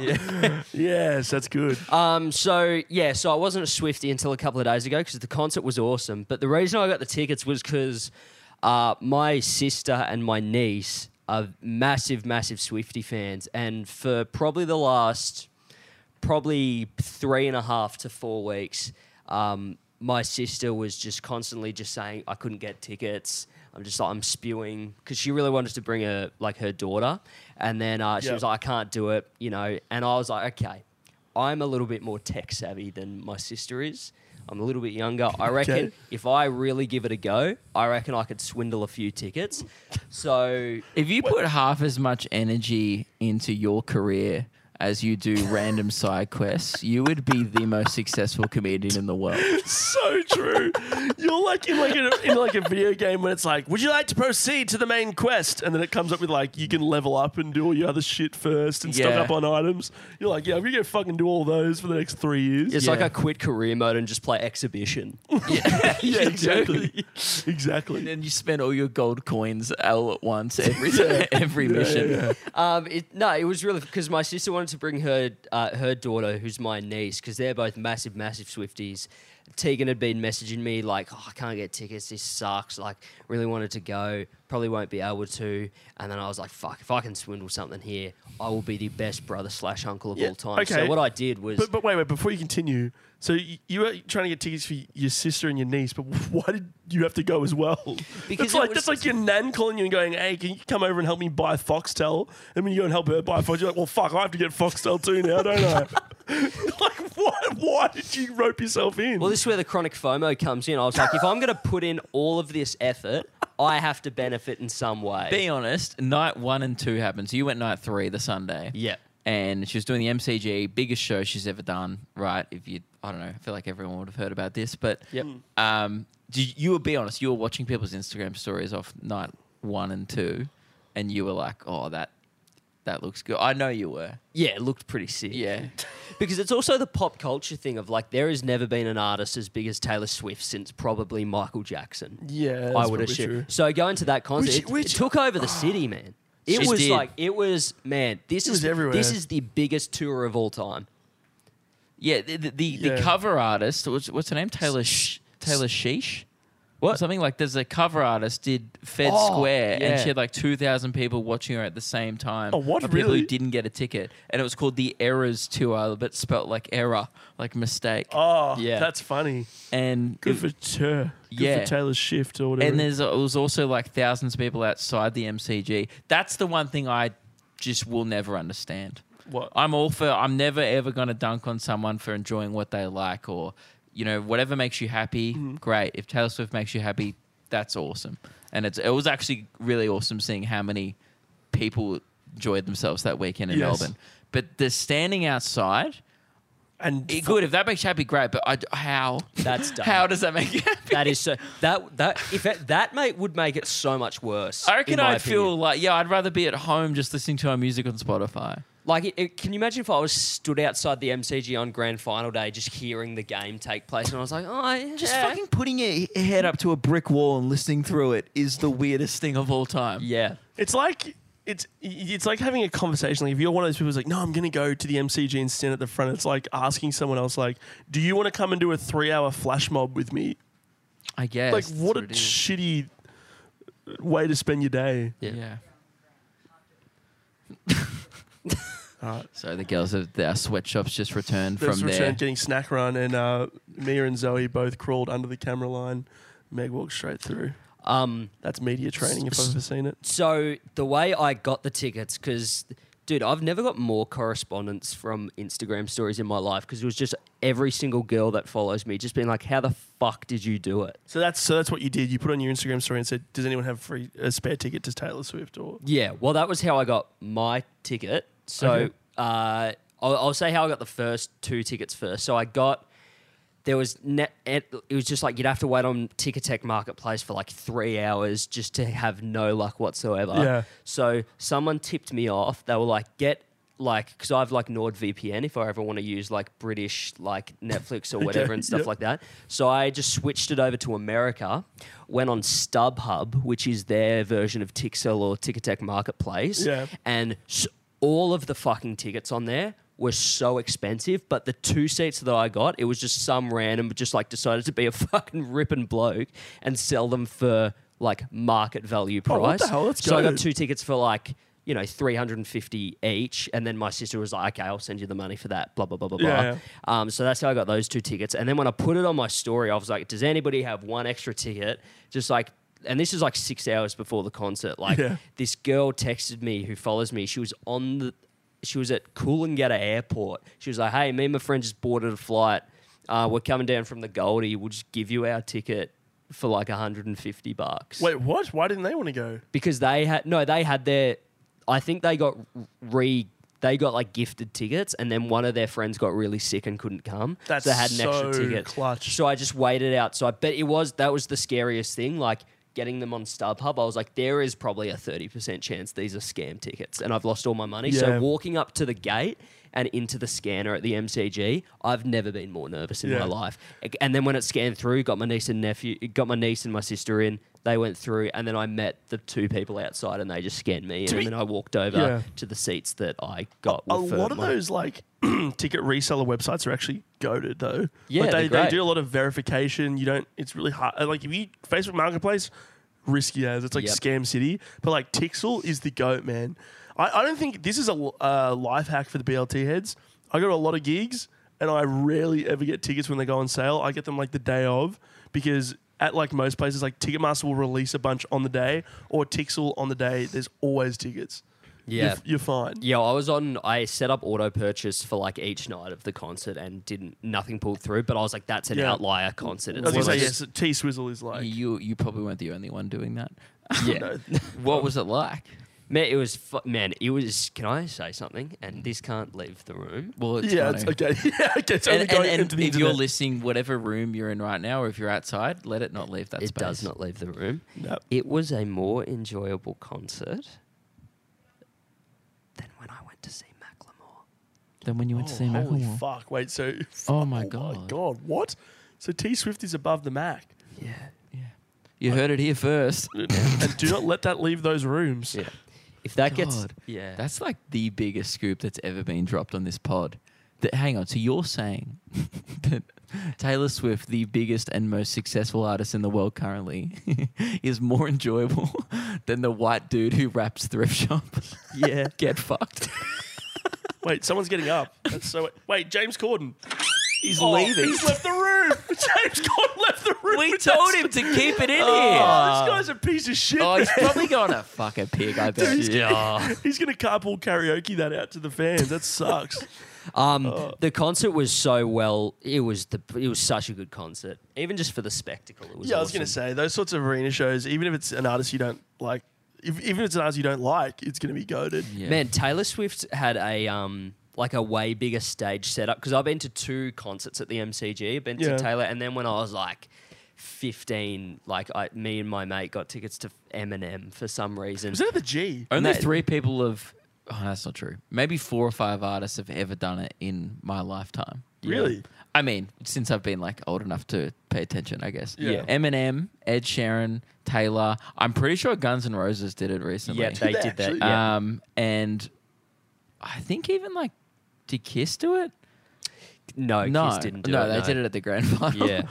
Speaker 4: heard that.
Speaker 2: Yes, that's good.
Speaker 5: Um, so yeah, so I wasn't a Swifty until a couple of days ago because the concert was awesome. But the reason I got the tickets was because uh, my sister and my niece are massive, massive Swifty fans, and for probably the last probably three and a half to four weeks, um, my sister was just constantly just saying I couldn't get tickets. I'm just like I'm spewing because she really wanted to bring her like her daughter, and then uh, she
Speaker 2: Yeah.
Speaker 5: was like I can't do it, you know. And I was like, okay, I'm a little bit more tech savvy than my sister is. I'm a little bit younger. I reckon
Speaker 2: Okay.
Speaker 5: if I really give it a go, I reckon I could swindle a few tickets. So
Speaker 4: If you put half as much energy into your career as you do random side quests, you would be the most successful comedian in the world.
Speaker 2: so true. You're like in like a, in like a video game when it's like, would you like to proceed to the main quest? And then it comes up with like, you can level up and do all your other shit first and stock
Speaker 4: Yeah.
Speaker 2: up on items. You're like, yeah, I'm gonna go fucking do all those for the next three years.
Speaker 5: it's like
Speaker 4: Yeah.
Speaker 5: I quit career mode and just play exhibition.
Speaker 2: yeah, exactly, exactly.
Speaker 4: And then you spend all your gold coins all at once every every mission.
Speaker 5: Um, it, no, it was really because my sister wanted to bring her uh, her daughter, who's my niece, because they're both massive, massive Swifties. Tegan had been messaging me like, oh, "I can't get tickets. This sucks. Like, really wanted to go, probably won't be able to." And then I was like, "Fuck! If I can swindle something here, I will be the best brother slash uncle of
Speaker 2: Yeah,
Speaker 5: all time."
Speaker 2: okay.
Speaker 5: So what I did was,
Speaker 2: But, but wait, wait, before you continue, so you, you were trying to get tickets for your sister and your niece, but why did you have to go as well?
Speaker 5: Because
Speaker 2: That's
Speaker 5: it
Speaker 2: like,
Speaker 5: was-
Speaker 2: that's like your nan calling you and going, hey, can you come over and help me buy Foxtel? And when you go and help her buy Foxtel, you're like, well, fuck, I have to get Foxtel too now, don't I? like, why, why did you rope yourself in?
Speaker 5: well, this is where the chronic FOMO comes in. I was like, if I'm going to put in all of this effort, I have to benefit in some way.
Speaker 4: Be honest, night one and two happened. So you went night three the Sunday.
Speaker 5: Yeah.
Speaker 4: And she was doing the MCG, biggest show she's ever done, right? If you, I don't know, I feel like everyone would have heard about this, but
Speaker 5: Yep.
Speaker 4: um, did, you were, be honest, you were watching people's Instagram stories off night one and two, and you were like, oh, that that looks good. I know you were.
Speaker 5: Yeah, it looked pretty sick.
Speaker 4: Yeah.
Speaker 5: because it's also the pop culture thing of like there has never been an artist as big as Taylor Swift since probably Michael Jackson.
Speaker 2: yeah,
Speaker 5: I
Speaker 2: that's
Speaker 5: would
Speaker 2: probably
Speaker 5: assume.
Speaker 2: true.
Speaker 5: So going to that concert,
Speaker 2: Which-
Speaker 5: it- it,
Speaker 2: which-
Speaker 5: took over the city, man. It
Speaker 4: She
Speaker 5: was
Speaker 4: did.
Speaker 5: like it was man. This
Speaker 2: It
Speaker 5: is
Speaker 2: was everywhere.
Speaker 5: This is the biggest tour of all time.
Speaker 4: Yeah, the the, the,
Speaker 2: Yeah.
Speaker 4: the cover artist. What's, what's her name? Taylor Sh- Taylor Sheesh. What? Something like there's a cover artist did Fed
Speaker 5: Oh,
Speaker 4: Square
Speaker 5: yeah.
Speaker 4: and she had like 2,000 people watching her at the same time.
Speaker 2: Oh, what?
Speaker 4: of People
Speaker 2: Really?
Speaker 4: who didn't get a ticket. And it was called the Errors Tour, but spelt like error, like mistake.
Speaker 2: Oh,
Speaker 4: Yeah.
Speaker 2: that's funny.
Speaker 4: and
Speaker 2: Good
Speaker 4: it-
Speaker 2: for her. Good
Speaker 4: Yeah.
Speaker 2: for Taylor Shift or whatever.
Speaker 4: and there's it was also like thousands of people outside the MCG. That's the one thing I just will never understand.
Speaker 2: What?
Speaker 4: I'm all for I'm never ever going to dunk on someone for enjoying what they like or you know whatever makes you happy. Great. If Taylor Swift makes you happy, that's awesome. And it's it was actually really awesome seeing how many people enjoyed themselves that weekend in
Speaker 2: Yes.
Speaker 4: Melbourne. But the standing outside,
Speaker 2: and
Speaker 4: it, good if that makes you happy, great. But I, how
Speaker 5: That's dumb.
Speaker 4: how does that make you happy?
Speaker 5: That is so that that if it, that mate would make it so much worse.
Speaker 4: I reckon
Speaker 5: in my
Speaker 4: I'd feel
Speaker 5: opinion.
Speaker 4: like, yeah, I'd rather be at home just listening to our music on Spotify.
Speaker 5: like. It, it- can you imagine if I was stood outside the MCG on Grand Final day, just hearing the game take place, and I was like, oh, yeah.
Speaker 4: Just fucking putting your head up to a brick wall and listening through it is the weirdest thing of all time.
Speaker 5: yeah.
Speaker 2: It's like it's it's like having a conversation. Like if you're one of those people who's like, no, I'm going to go to the MCG and stand at the front. It's like asking someone else, like, do you want to come and do a three hour flash mob with me?
Speaker 4: I guess.
Speaker 2: Like, what a
Speaker 4: that's it is.
Speaker 2: shitty way to spend your day.
Speaker 5: Yeah.
Speaker 4: Yeah. So the girls, are, our sweatshops just returned
Speaker 2: Those
Speaker 4: from
Speaker 2: returned
Speaker 4: there.
Speaker 2: getting snack run, and uh, Mia and Zoe both crawled under the camera line. Meg walked straight through.
Speaker 5: Um.
Speaker 2: That's media training if I've ever seen it.
Speaker 5: So the way I got the tickets, because dude, I've never got more correspondence from Instagram stories in my life because it was just every single girl that follows me just being like, "How the fuck did you do it?"
Speaker 2: So that's so that's what you did. You put on your Instagram story and said, "Does anyone have free a spare ticket to Taylor Swift?" Or
Speaker 5: Yeah, well, that was how I got my ticket. So
Speaker 2: Okay.
Speaker 5: uh, I'll, I'll say how I got the first two tickets first. So I got there was net. It it was just like you'd have to wait on Ticketek Marketplace for like three hours just to have no luck whatsoever.
Speaker 2: Yeah.
Speaker 5: So someone tipped me off. They were like, get. Like, because I've like NordVPN if I ever want to use like British like Netflix or whatever and stuff
Speaker 2: yep.
Speaker 5: like that. So I just switched it over to America, went on StubHub, which is their version of Tixel or Ticketek Marketplace,
Speaker 2: Yeah.
Speaker 5: and s- all of the fucking tickets on there were so expensive. But the two seats that I got, it was just some random, just like decided to be a fucking ripping bloke and sell them for like market value price.
Speaker 2: Oh, what the hell? Let's
Speaker 5: so I
Speaker 2: go.
Speaker 5: got two tickets for like. You know, three hundred and fifty each, and then my sister was like, "Okay, I'll send you the money for that." Blah blah blah blah blah.
Speaker 2: Yeah, yeah.
Speaker 5: Um, so that's how I got those two tickets. And then when I put it on my story, I was like, does anybody have one extra ticket? Just like, and this is like six hours before the concert. Like,
Speaker 2: Yeah.
Speaker 5: this girl texted me who follows me. She was on the, she was at Coolangatta Airport. She was like, hey, me and my friend just boarded a flight. Uh, we're coming down from the Goldie. We'll just give you our ticket for like 150 bucks.
Speaker 2: wait, what? Why didn't they want to go?
Speaker 5: Because they had, no, they had their, I think they got re, they got like gifted tickets and then one of their friends got really sick and couldn't come.
Speaker 2: That's
Speaker 5: so they had an extra
Speaker 2: so
Speaker 5: ticket.
Speaker 2: clutch.
Speaker 5: So I just waited outside. But it was that was the scariest thing, like getting them on StubHub. I was like, there is probably a thirty percent chance these are scam tickets, and I've lost all my money.
Speaker 2: Yeah.
Speaker 5: So walking up to the gate and into the scanner at the MCG, I've never been more nervous in
Speaker 2: Yeah.
Speaker 5: my life. And then when it scanned through, got my niece and nephew, got my niece and my sister in. They went through, and then I met the two people outside, and they just scanned me, in,
Speaker 2: To
Speaker 5: and
Speaker 2: be-
Speaker 5: then I walked over
Speaker 2: Yeah.
Speaker 5: to the seats that I got.
Speaker 2: a
Speaker 5: with, uh,
Speaker 2: lot of
Speaker 5: my-
Speaker 2: those like ticket reseller websites are actually goaded though.
Speaker 5: Yeah,
Speaker 2: like, they,
Speaker 5: they're great.
Speaker 2: they do a lot of verification. You don't. It's really hard. uh, Like if you Facebook Marketplace, risky as it's like
Speaker 5: Yep.
Speaker 2: scam city. But like Tixel is the goat, man. I, I don't think this is a l- uh, life hack for the BLT heads. I go to a lot of gigs and I rarely ever get tickets when they go on sale. I get them like the day of because. At like most places, like Ticketmaster will release a bunch on the day, or Tixel on the day. There's always tickets. You're
Speaker 5: Yeah.
Speaker 2: f- you're, fine.
Speaker 5: Yeah, I was on. I set up auto purchase for like each night of the concert and didn't nothing pulled through. But I was like, that's an
Speaker 2: Yeah.
Speaker 5: outlier concert.
Speaker 2: I was
Speaker 5: It's
Speaker 2: gonna say
Speaker 5: like-
Speaker 2: yes. T Swizzle is like
Speaker 4: You, you probably weren't the only one doing that.
Speaker 5: yeah.
Speaker 4: What was it like?
Speaker 5: man, it was fu- man, it was. Can I say something? And this can't leave the room.
Speaker 4: Well, it's
Speaker 2: yeah.
Speaker 4: funny.
Speaker 2: It's, okay, yeah, okay. So
Speaker 4: And,
Speaker 2: we're
Speaker 4: and,
Speaker 2: going
Speaker 4: and
Speaker 2: into the
Speaker 4: if you're
Speaker 2: internet.
Speaker 4: listening, whatever room you're in right now, or if you're outside, let it not leave that
Speaker 5: it
Speaker 4: space.
Speaker 5: does not leave the room.
Speaker 2: Nope.
Speaker 5: It was a more enjoyable concert than when I went to see Macklemore.
Speaker 4: Then when you went to see
Speaker 2: oh, holy
Speaker 4: Macklemore.
Speaker 2: fuck! Wait, so
Speaker 4: Oh my
Speaker 2: oh my
Speaker 4: God.
Speaker 2: god, what? So T Swift is above the Mac,
Speaker 5: Yeah,
Speaker 4: You heard it here first.
Speaker 2: and do not let that leave those rooms.
Speaker 5: yeah. If that gets
Speaker 4: God.
Speaker 5: yeah,
Speaker 4: That's like the biggest scoop that's ever been dropped on this pod. That, hang on. So you're saying that Taylor Swift, the biggest and most successful artist in the world currently, is more enjoyable than the white dude who raps thrift shop?
Speaker 5: Yeah.
Speaker 4: Get fucked.
Speaker 2: Wait, someone's getting up. That's so. Wait, James Corden.
Speaker 4: He's
Speaker 2: Oh,
Speaker 4: leaving.
Speaker 2: He's left the room. James Corden left the room.
Speaker 4: we
Speaker 2: with
Speaker 4: told
Speaker 2: us.
Speaker 4: him to keep it in
Speaker 2: Oh,
Speaker 4: here.
Speaker 2: this guy's a piece of shit.
Speaker 4: Oh,
Speaker 2: man.
Speaker 4: he's probably going to fuck a pig. I bet.
Speaker 5: Yeah.
Speaker 2: He's gonna carpool karaoke that out to the fans. That sucks.
Speaker 5: Um, the concert was so well. It was the. It was such a good concert, even just for the spectacle. It was
Speaker 2: yeah, I was gonna
Speaker 5: awesome.
Speaker 2: say those sorts of arena shows. Even if it's an artist you don't like, if, even if it's an artist you don't like, it's gonna be goaded.
Speaker 5: Man, Taylor Swift had a um like a way bigger stage setup because I've been to two concerts at the MCG. I've been
Speaker 2: Yeah.
Speaker 5: to Taylor, and then when I was like. 15 like I, me and my mate got tickets to Eminem for some reason
Speaker 2: Was that at the G?
Speaker 4: Only
Speaker 5: that-
Speaker 4: three people have. Oh, that's not true. Maybe four or five artists have ever done it in my lifetime.
Speaker 2: Really?
Speaker 4: I mean, since I've been like old enough to pay attention, I guess.
Speaker 2: Yeah.
Speaker 4: Eminem, Ed Sheeran, Taylor. I'm pretty sure Guns N' Roses did it recently.
Speaker 5: yeah they
Speaker 2: Did they
Speaker 5: did that Uh,
Speaker 2: actually?
Speaker 5: yeah.
Speaker 4: Um, and I think even like, did Kiss do it?
Speaker 5: no
Speaker 4: no,
Speaker 5: Oh, Kiss didn't do
Speaker 4: no,
Speaker 5: it
Speaker 4: they did it at the grand final.
Speaker 5: yeah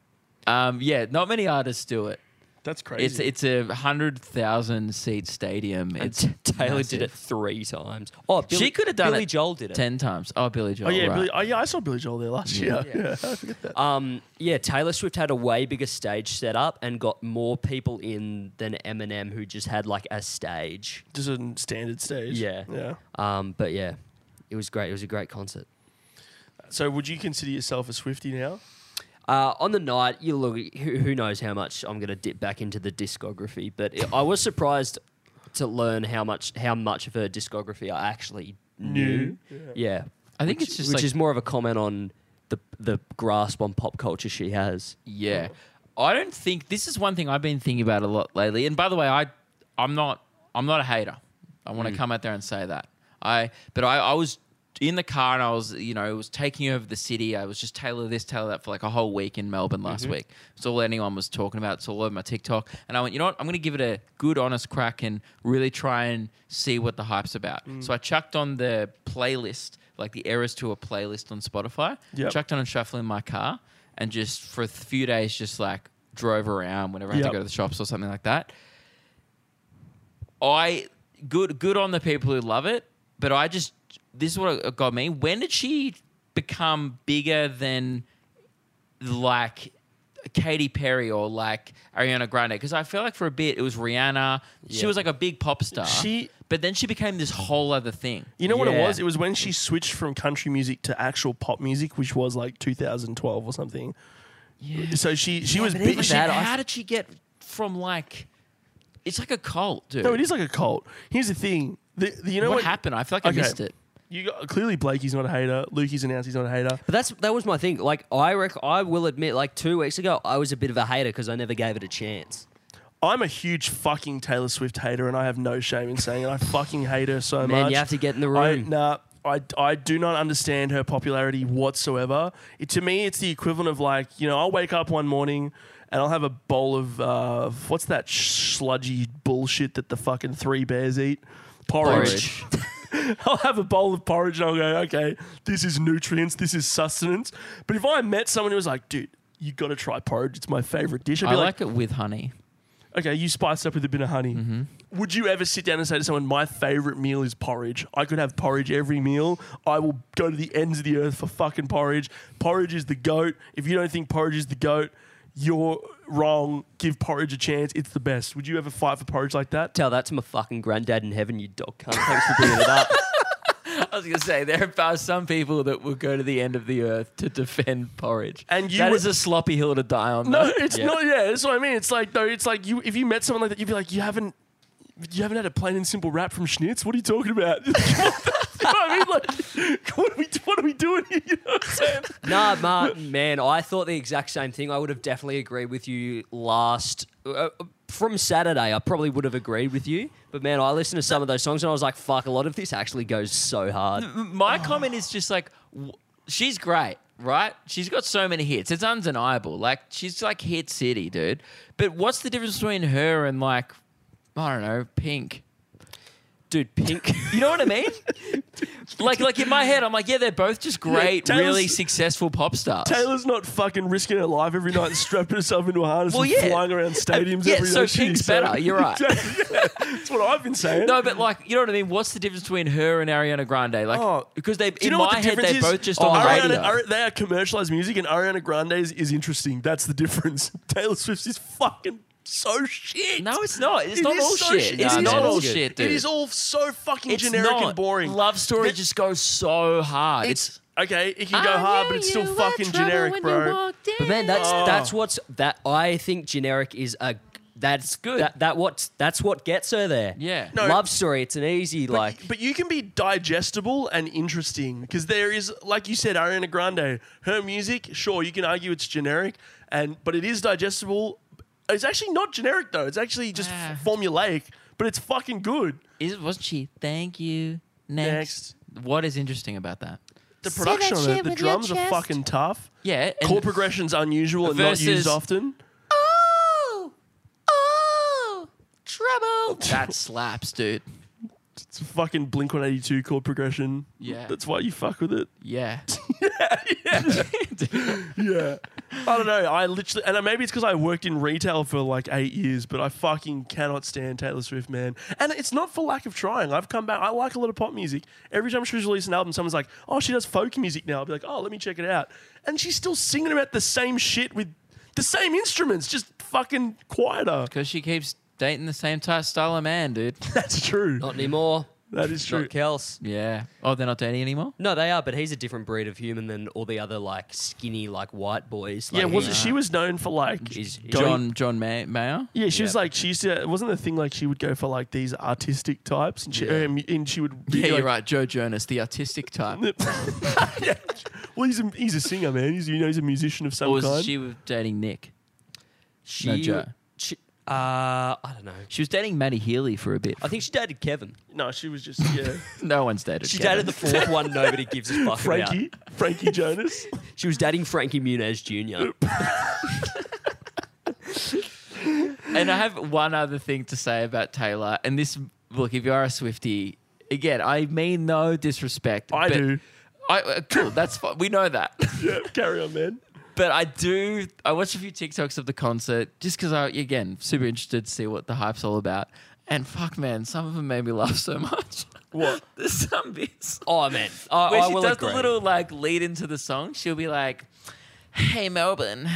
Speaker 4: Um, yeah, not many artists do it.
Speaker 2: That's crazy.
Speaker 4: It's it's a hundred thousand seat stadium.
Speaker 5: And
Speaker 4: It's
Speaker 5: T- Taylor
Speaker 4: massive.
Speaker 5: did it three times. Oh, Billy,
Speaker 4: she could have done
Speaker 5: Billy
Speaker 4: it
Speaker 5: Joel did it.
Speaker 4: ten times. Oh, Billy Joel.
Speaker 2: oh yeah,
Speaker 4: right.
Speaker 2: Billy, oh, yeah. I saw Billy Joel there last year. Yeah.
Speaker 5: Um, yeah, Taylor Swift had a way bigger stage set up and got more people in than Eminem, who just had like a stage.
Speaker 2: Just a standard stage.
Speaker 5: Yeah.
Speaker 2: Yeah.
Speaker 5: Um, but yeah, it was great. It was a great concert.
Speaker 2: So would you consider yourself a Swifty now?
Speaker 5: Uh, on the night, you look. Who, who knows how much I'm going to dip back into the discography? But it, I was surprised to learn how much how much of her discography I actually knew. Yeah,
Speaker 4: I think
Speaker 5: Which-
Speaker 4: it's just
Speaker 5: which
Speaker 4: like-
Speaker 5: is more of a comment on the the grasp on pop culture she has.
Speaker 4: Yeah.
Speaker 2: Oh.
Speaker 4: I don't think this is one thing I've been thinking about a lot lately. And by the way, I I'm not I'm not a hater. I want to
Speaker 2: Mm.
Speaker 4: come out there and say that. I but I, I was in the car and I was you know, it was taking over the city. I was just Taylor this, Taylor that for like a whole week in Melbourne last
Speaker 2: Mm-hmm.
Speaker 4: week. It's all anyone was talking about. It's all over my TikTok. And I went, you know what, I'm gonna give it a good honest crack and really try and see what the hype's about.
Speaker 2: Mm.
Speaker 4: So I chucked on the playlist, like the Eras Tour playlist on Spotify.
Speaker 2: Yep.
Speaker 4: Chucked on and shuffle in my car and just for a few days just like drove around whenever I had
Speaker 2: Yep.
Speaker 4: to go to the shops or something like that. I good good on the people who love it, but I just this is what it got me. When did she become bigger than like Katy Perry or like Ariana Grande? Because I feel like for a bit it was Rihanna. She
Speaker 5: Yeah.
Speaker 4: was like a big pop star.
Speaker 2: She-
Speaker 4: but then she became this whole other thing.
Speaker 2: You know what it
Speaker 5: Yeah.
Speaker 2: was? It was when she switched from country music to actual pop music, which was like 2012 or something. Yeah. So she she was
Speaker 4: But
Speaker 2: big.
Speaker 4: even
Speaker 2: She,
Speaker 4: that, how did she get from like? It's like a cult, dude.
Speaker 2: no, it is like a cult. Here's the thing. The, the- you know
Speaker 4: what,
Speaker 2: what,
Speaker 4: happened? I feel like I
Speaker 2: Okay.
Speaker 4: missed it.
Speaker 2: You got, clearly Blakey's not a hater. Lukey's announced he's not a hater.
Speaker 5: But that's that was my thing. Like I rec- I will admit, like two weeks ago, I was a bit of a hater because I never gave it a chance.
Speaker 2: I'm a huge fucking Taylor Swift hater, and I have no shame in saying it. I fucking hate her so much.
Speaker 5: Man, you have to get in the
Speaker 2: I,
Speaker 5: room.
Speaker 2: nah, I, I do not understand her popularity whatsoever. It, to me, it's the equivalent of like, you know, I'll wake up one morning and I'll have a bowl of, uh, what's that sludgy bullshit that the fucking three bears eat? Porridge. I'll have a bowl of porridge and I'll go, okay, this is nutrients, this is sustenance. But if I met someone who was like, dude, you gotta try porridge, it's my favorite dish, I'd
Speaker 4: I
Speaker 2: be
Speaker 4: like it with honey.
Speaker 2: okay, you spiced up with a bit of honey. Would you ever sit down and say to someone, my favorite meal is porridge? I could have porridge every meal. I will go to the ends of the earth for fucking porridge. Porridge is the goat. If you don't think porridge is the goat, you're wrong. Give porridge a chance. It's the best. Would you ever fight for porridge like that?
Speaker 5: Tell that to my fucking granddad in heaven, you dog cunt. Thanks for bringing it up.
Speaker 4: I was gonna say there are some people that will go to the end of the earth to defend porridge,
Speaker 2: And you
Speaker 4: That
Speaker 2: would-
Speaker 4: is a sloppy hill to die on.
Speaker 2: No,
Speaker 4: though.
Speaker 2: it's not. Yeah, that's what I mean. It's like though. It's like you. If you met someone like that, you'd be like, you haven't. You haven't had a plain and simple rap from Schnitz. What are you talking about? you know what I mean? Like, what are we, what are we doing here? You know what I'm saying?
Speaker 5: nah, Martin, man, I thought the exact same thing. I would have definitely agreed with you last uh, from Saturday. I probably would have agreed with you, but man, I listened to some of those songs and I was like, fuck, a lot of this actually goes so hard.
Speaker 2: Oh.
Speaker 4: my comment is just like w- she's great right she's got so many hits it's undeniable like she's like hit city dude but what's the difference between her and like i don't know pink
Speaker 5: dude, pink.
Speaker 4: You know what I mean? like, like in my head, I'm like, yeah, they're both just great,
Speaker 2: Taylor's-
Speaker 4: really successful pop stars.
Speaker 2: Taylor's not fucking risking her life every night and strapping herself into a harness
Speaker 4: Well,
Speaker 2: and
Speaker 4: yeah.
Speaker 2: flying around stadiums
Speaker 4: yeah,
Speaker 2: every
Speaker 4: so
Speaker 2: day she-
Speaker 4: Pink's better, you're right.
Speaker 2: Exactly, yeah. That's what I've been saying.
Speaker 4: No, but like, you know what I mean? What's the difference between her and Ariana Grande? Like,
Speaker 2: Oh,
Speaker 4: because they,
Speaker 2: Do
Speaker 4: in my head, they're both just on the
Speaker 2: Oh, Ariana,
Speaker 4: radio.
Speaker 2: Ari- they are commercialized music, and Ariana Grande's is interesting. That's the difference. Taylor Swift's is fucking so shit.
Speaker 4: no, it's not. It's
Speaker 2: It
Speaker 4: not
Speaker 2: is
Speaker 4: all
Speaker 2: so
Speaker 4: shit.
Speaker 2: It
Speaker 4: It's
Speaker 2: is
Speaker 4: not
Speaker 2: all
Speaker 4: all
Speaker 2: good.
Speaker 4: shit, dude.
Speaker 2: It is all so fucking
Speaker 4: It's
Speaker 2: generic
Speaker 4: not.
Speaker 2: and boring.
Speaker 4: Love story just goes so hard. It's,
Speaker 2: It's okay. It can go hard, but it's still fucking generic, bro.
Speaker 5: But man, that's
Speaker 2: Oh.
Speaker 5: that's what's that. I think generic is a that's
Speaker 4: good.
Speaker 5: That, that what that's what gets her there.
Speaker 4: Yeah.
Speaker 2: No.
Speaker 5: love story. It's an easy
Speaker 2: But-
Speaker 5: like.
Speaker 2: but you can be digestible and interesting because there is, like you said, Ariana Grande. Her music, sure, you can argue it's generic, and but it is digestible. It's actually not generic though. It's actually just
Speaker 4: Ah.
Speaker 2: formulaic, but it's fucking good.
Speaker 4: is wasn't she? Thank you.
Speaker 2: Next.
Speaker 4: Next. What is interesting about that?
Speaker 2: The production on it, the drums are fucking tough.
Speaker 4: Yeah. and-
Speaker 2: Chord progression's unusual and not
Speaker 4: Versus-
Speaker 2: used often.
Speaker 4: Oh, oh, trouble. That slaps, dude.
Speaker 2: It's a fucking Blink 182 chord progression.
Speaker 4: Yeah.
Speaker 2: That's why you fuck with it.
Speaker 4: Yeah.
Speaker 2: Yeah. I don't know. I literally, and maybe it's because I worked in retail for like eight years, but I fucking cannot stand Taylor Swift, man. And it's not for lack of trying. I've come back. I like a lot of pop music. Every time she's released an album, someone's like, oh, she does folk music now. I'll be like, oh, let me check it out. And she's still singing about the same shit with the same instruments, just fucking quieter.
Speaker 4: Because she keeps dating the same type style of man, dude.
Speaker 2: That's true.
Speaker 5: Not anymore.
Speaker 2: That is true.
Speaker 5: Not Kels.
Speaker 4: Yeah. Oh, they're not dating anymore?
Speaker 5: No, they are, but he's a different breed of human than all the other like skinny like white boys.
Speaker 2: Yeah,
Speaker 5: Like, uh,
Speaker 2: was
Speaker 5: he-
Speaker 2: it? She was known for like
Speaker 5: He's- he's-
Speaker 4: John John May- Mayer?
Speaker 2: Yeah, she was
Speaker 5: Yeah.
Speaker 2: like she used to. Wasn't the thing like she would go for like these artistic types, and she um, and she would. Be
Speaker 4: Yeah,
Speaker 2: like,
Speaker 4: you're right. Joe Jonas, the artistic type.
Speaker 2: yeah. Well, he's a, he's a singer, man. He's you know he's a musician of some
Speaker 4: Or was
Speaker 2: kind.
Speaker 4: she was dating Nick?
Speaker 5: she,
Speaker 4: No, Joe.
Speaker 5: she- uh, I don't know.
Speaker 4: She was dating Maddie Healy for a bit.
Speaker 5: I think she dated Kevin.
Speaker 2: no, she was just yeah.
Speaker 4: no one's dated.
Speaker 5: She
Speaker 4: Kevin.
Speaker 5: dated the fourth one nobody gives a fuck about.
Speaker 2: Frankie, Frankie Jonas.
Speaker 5: She was dating Frankie Muniz Jr.
Speaker 4: And I have one other thing to say about Taylor. And this, look, if you are a Swifty, again, I mean no disrespect.
Speaker 2: I
Speaker 4: but
Speaker 2: do.
Speaker 4: I, uh, cool, that's fine. We know that.
Speaker 2: Yeah, carry on, man.
Speaker 4: but I do. I watched a few TikToks of the concert just because I, again, super interested to see what the hype's all about. And fuck, man, some of them made me laugh so much.
Speaker 2: What?
Speaker 4: There's some bits
Speaker 5: Oh man, I,
Speaker 4: where
Speaker 5: I
Speaker 4: she
Speaker 5: will
Speaker 4: does
Speaker 5: agree.
Speaker 4: the little like lead into the song. She'll be like, "Hey Melbourne,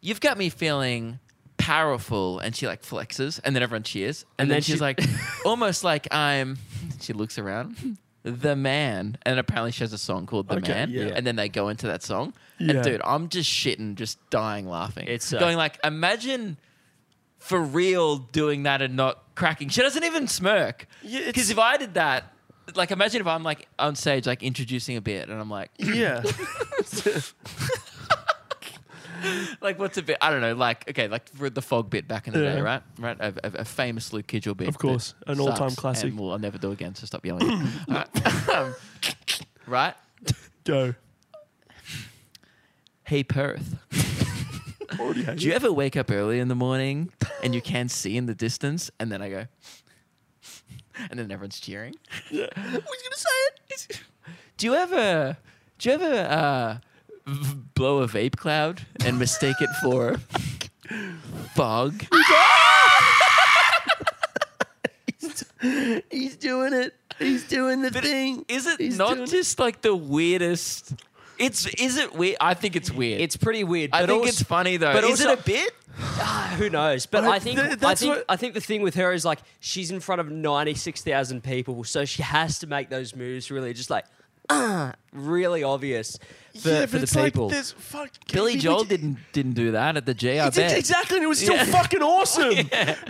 Speaker 4: you've got me feeling powerful," and she like flexes, and then everyone cheers, and,
Speaker 5: And
Speaker 4: then,
Speaker 5: then
Speaker 4: she's
Speaker 5: she-
Speaker 4: like, almost like I'm. She looks around. The man, and apparently she has a song called "The
Speaker 2: Okay,
Speaker 4: Man,"
Speaker 2: yeah.
Speaker 4: and then they go into that song.
Speaker 2: Yeah.
Speaker 4: And dude, I'm just shitting, just dying laughing.
Speaker 5: It's, uh,
Speaker 4: going like, imagine for real doing that and not cracking. She doesn't even smirk.
Speaker 2: Yeah, it's-
Speaker 4: Because if I did that, like imagine if I'm like on stage, like introducing a bit, and I'm like,
Speaker 2: Yeah.
Speaker 4: like what's a bit? I don't know. Like okay, like for the fog bit back in the
Speaker 2: Yeah.
Speaker 4: day, right? Right, a, a, a famous Luke Kidgel bit,
Speaker 2: Of course,
Speaker 4: that
Speaker 2: an all-time
Speaker 4: sucks
Speaker 2: classic.
Speaker 4: And will I'll never do again. So stop yelling. right. right?
Speaker 2: go.
Speaker 4: Hey Perth.
Speaker 2: Already hate
Speaker 4: Do you ever wake up early in the morning and you can see in the distance, and then I go, and then everyone's cheering?
Speaker 2: Yeah.
Speaker 4: Do you ever, do you ever uh, v- blow a vape cloud and mistake it for fog?
Speaker 2: He's doing it. He's doing the thing.
Speaker 4: Is it
Speaker 2: He's doing
Speaker 4: not
Speaker 2: it.
Speaker 4: just like the weirdest? It's is it weird? I think it's weird.
Speaker 5: It's pretty weird.
Speaker 4: I
Speaker 5: but
Speaker 4: think
Speaker 5: also-
Speaker 4: it's funny though.
Speaker 5: but
Speaker 4: is
Speaker 5: also-
Speaker 4: it a bit?
Speaker 5: Ah, who knows? But
Speaker 2: But
Speaker 5: I think
Speaker 2: th-
Speaker 5: I
Speaker 2: that's
Speaker 5: think
Speaker 2: what-
Speaker 5: I think the thing with her is like she's in front of ninety six thousand people, so she has to make those moves really just like ah, really obvious for,
Speaker 2: yeah, but
Speaker 5: for the
Speaker 2: it's like
Speaker 5: people.
Speaker 2: there's fuck.
Speaker 4: Billy
Speaker 2: people
Speaker 4: Joel
Speaker 2: do-
Speaker 4: didn't didn't do that at the G. I
Speaker 2: It's ex-
Speaker 4: bet.
Speaker 2: exactly, and it was still
Speaker 4: Yeah.
Speaker 2: fucking awesome.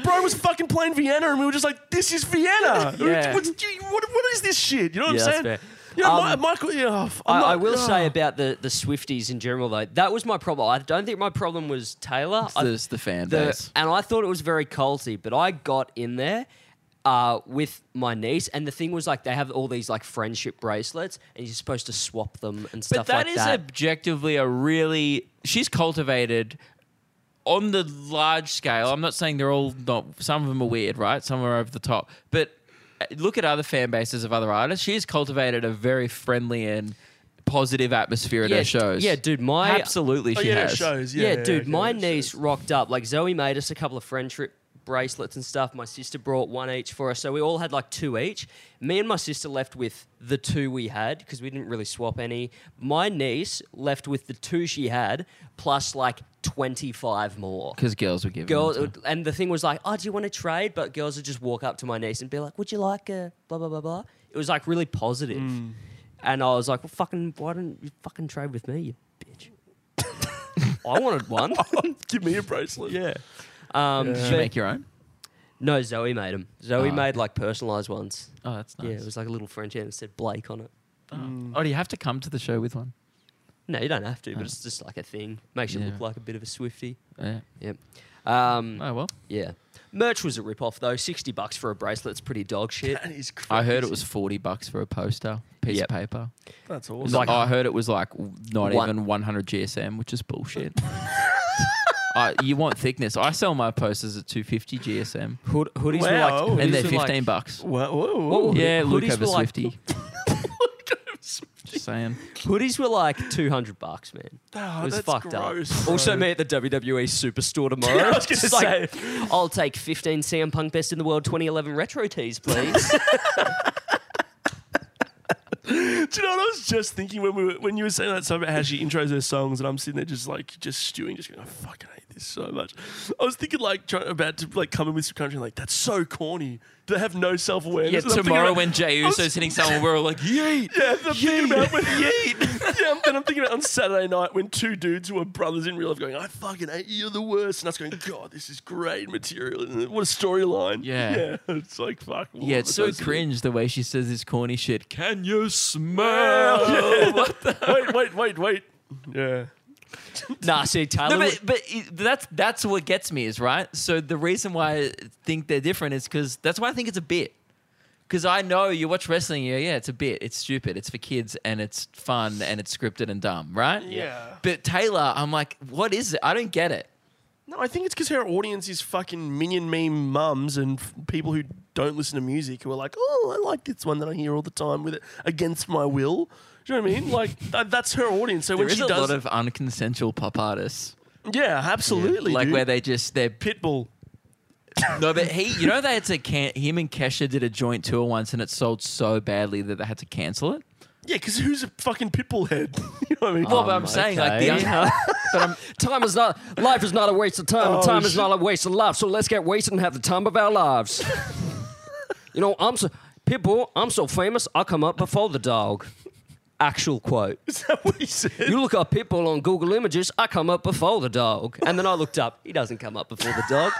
Speaker 2: Bro was fucking playing Vienna, and we were just like, "This is Vienna.
Speaker 4: Yeah.
Speaker 2: What's- what- what is this shit?" You know what
Speaker 5: Yeah,
Speaker 2: I'm
Speaker 5: that's
Speaker 2: saying?
Speaker 5: fair.
Speaker 2: You know,
Speaker 5: Um,
Speaker 2: Mi- Michael. Yeah, oh, f- I'm
Speaker 5: I,
Speaker 2: not-
Speaker 5: I will
Speaker 2: oh.
Speaker 5: say about the, the Swifties in general, though, that was my problem. I don't think my problem was Taylor.
Speaker 4: It's
Speaker 5: I-
Speaker 4: the- it's the fan
Speaker 5: the-
Speaker 4: base.
Speaker 5: and I thought it was very culty, but I got in there uh, with my niece, and the thing was like they have all these like friendship bracelets, and you're supposed to swap them and
Speaker 4: But
Speaker 5: stuff
Speaker 4: that
Speaker 5: like
Speaker 4: is
Speaker 5: that.
Speaker 4: objectively a really she's cultivated on the large scale. I'm not saying they're all not. Some of them are weird, right? Some are over the top, but uh, look at other fan bases of other artists. She's cultivated a very friendly and positive atmosphere at
Speaker 5: yeah,
Speaker 4: her shows.
Speaker 5: yeah, dude, my
Speaker 4: absolutely,
Speaker 2: Oh,
Speaker 4: she
Speaker 2: yeah, it
Speaker 4: has.
Speaker 2: shows. Yeah,
Speaker 5: yeah, dude,
Speaker 2: okay,
Speaker 5: my
Speaker 2: it
Speaker 5: niece
Speaker 2: shows.
Speaker 5: rocked up. Like Zoe made us a couple of friend trip bracelets and stuff. My sister brought one each for us, so we all had like two each. Me and my sister left with the two we had because we didn't really swap any. My niece left with the two she had plus like twenty five more.
Speaker 4: Because girls would give
Speaker 5: Girls,
Speaker 4: them to-
Speaker 5: and the thing was like, oh, do you want to trade? But girls would just walk up to my niece and be like, would you like a blah blah blah blah? It was like really positive,
Speaker 2: Hmm.
Speaker 5: and I was like, well, fucking, why don't you fucking trade with me, you bitch? I wanted one.
Speaker 2: Give me a bracelet.
Speaker 5: Yeah. Um,
Speaker 4: Did
Speaker 5: but-
Speaker 4: you make your own?
Speaker 5: no, Zoe made them. Zoe
Speaker 2: Ah.
Speaker 4: Oh.
Speaker 5: made like personalized ones.
Speaker 4: Oh, that's nice.
Speaker 5: Yeah, it was like a little French hand that said Blake on it.
Speaker 4: oh, do you have to come to the show with one?
Speaker 5: No, you don't have to,
Speaker 2: Ah.
Speaker 5: but it's just like a thing. Makes you
Speaker 4: Yeah.
Speaker 5: look like a bit of a Swifty.
Speaker 4: Yeah.
Speaker 5: Yep.
Speaker 2: Ah.
Speaker 5: Um,
Speaker 4: Oh well.
Speaker 5: Yeah. Merch was a rip off though. Sixty bucks for a bracelet's pretty dog shit.
Speaker 2: That is crazy.
Speaker 4: I heard it was forty bucks for a poster, piece
Speaker 5: Yep.
Speaker 4: of paper.
Speaker 2: That's
Speaker 4: It was
Speaker 2: awesome.
Speaker 4: like, I heard it was like not
Speaker 5: One-
Speaker 4: even 100 GSM, which is bullshit. I you want thickness? I sell my posters at 250 GSM,
Speaker 5: Hood,
Speaker 2: Wow.
Speaker 5: hoodies were like,
Speaker 4: and
Speaker 5: hoodies
Speaker 4: they're
Speaker 5: were
Speaker 4: 15
Speaker 5: like,
Speaker 4: bucks.
Speaker 2: Whoa, whoa, whoa.
Speaker 5: Whoa.
Speaker 4: Yeah,
Speaker 5: hoodies
Speaker 4: Luke
Speaker 5: were
Speaker 4: over
Speaker 5: like-
Speaker 4: Swifty. Just saying.
Speaker 5: Hoodies were like two hundred bucks, man.
Speaker 2: Oh,
Speaker 5: it was
Speaker 2: that's
Speaker 5: fucked
Speaker 2: gross,
Speaker 5: up.
Speaker 2: bro.
Speaker 5: Also, me at the WWE Superstore tomorrow.
Speaker 2: I was gonna
Speaker 5: Just I'll take fifteen CM Punk Best in the World 2011 retro tees, please.
Speaker 2: Do you know what I was just thinking when we were, when you were saying that stuff about how she intros her songs, and I'm sitting there just like just stewing, just going, I fucking hate this so much. I was thinking like trying, about to like come in with some country, like that's so corny. Do they have no self awareness?
Speaker 4: Yeah, tomorrow when Jey Uso's hitting someone, we're all like, yeet.
Speaker 2: Yeah, I'm thinking about when yeah, and I'm thinking about on Saturday night when two dudes who are brothers in real life going, I fucking hate you, you're the worst. And us going, God, this is great material. And what a storyline.
Speaker 4: Yeah.
Speaker 2: Yeah. It's like, fuck.
Speaker 4: Yeah, it's so
Speaker 2: what was I doing?
Speaker 4: cringe the way she says this corny shit. Can you smell?
Speaker 2: wait, wait, wait, wait. Yeah.
Speaker 5: nah, Ah, see, Taylor.
Speaker 4: No,
Speaker 5: was-
Speaker 4: but, but it- that's that's what gets me is right. So the reason why I think they're different is because that's why I think it's a bit. Because I know you watch wrestling, yeah, yeah, it's a bit, it's stupid, it's for kids, and it's fun, and it's scripted and dumb, right?
Speaker 2: Yeah.
Speaker 4: But Taylor, I'm like, what is it? I don't get it.
Speaker 2: No, I think it's because her audience is fucking minion meme mums and f- people who don't listen to music who are like, oh, I like this one that I hear all the time with it against my will. Do you know what I mean? Like that, that's her audience. So
Speaker 4: There
Speaker 2: when
Speaker 4: is
Speaker 2: she
Speaker 4: a
Speaker 2: does,
Speaker 4: lot of unconsensual pop artists,
Speaker 2: yeah, absolutely,
Speaker 4: like
Speaker 2: dude.
Speaker 4: where they just they're
Speaker 2: Pitbull.
Speaker 4: no, but he, you know, they had to can him and Kesha did a joint tour once, and it sold so badly that they had to cancel it.
Speaker 2: Yeah, because who's a fucking pitbull head? you know what I mean?
Speaker 4: Well, but I'm saying like the
Speaker 5: okay.
Speaker 4: but I'm,
Speaker 5: Time is not life is not a waste of time,
Speaker 2: Oh,
Speaker 5: and time is
Speaker 2: shit.
Speaker 5: not a waste of life. So let's get wasted and have the time of our lives. you know, I'm so people. I'm so famous. I come up before the dog. Actual quote.
Speaker 2: is that what he said?
Speaker 5: You look up Pitbull on Google Images. I come up before the dog, and then I looked up. He doesn't come up before the dog.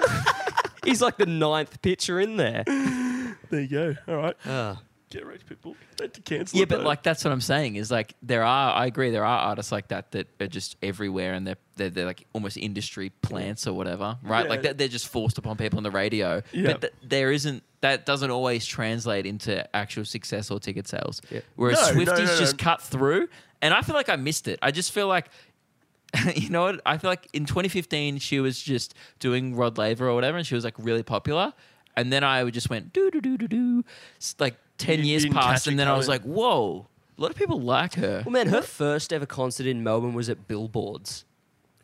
Speaker 5: He's like the ninth picture in there.
Speaker 2: there you go. All right.
Speaker 5: Uh,
Speaker 2: Get rich, pitbull. Don't to cancel.
Speaker 4: Ah. Yeah,
Speaker 2: it,
Speaker 4: but
Speaker 2: though.
Speaker 4: like that's what I'm saying is like there are. I agree, there are artists like that that are just everywhere and they're they're, they're like almost industry plants or whatever, right? Like
Speaker 2: Yeah.
Speaker 4: they're, they're just forced upon people on the radio.
Speaker 2: Yeah.
Speaker 4: But th- there isn't that doesn't always translate into actual success or ticket sales.
Speaker 5: Yeah.
Speaker 4: Whereas
Speaker 2: No, no,
Speaker 4: Swifties
Speaker 2: no, no.
Speaker 4: just cut through, and I feel like I missed it. I just feel like. You know what? I feel like in 2015 she was just doing Rod Laver or whatever, and she was like really popular. And then I just went do do do do do, S- like 10
Speaker 2: You
Speaker 4: years
Speaker 2: didn't
Speaker 4: passed,
Speaker 2: catch it
Speaker 4: and then I was
Speaker 2: coming.
Speaker 4: like, whoa, a lot of people like her.
Speaker 5: well, man, her first ever concert in Melbourne was at Billboards.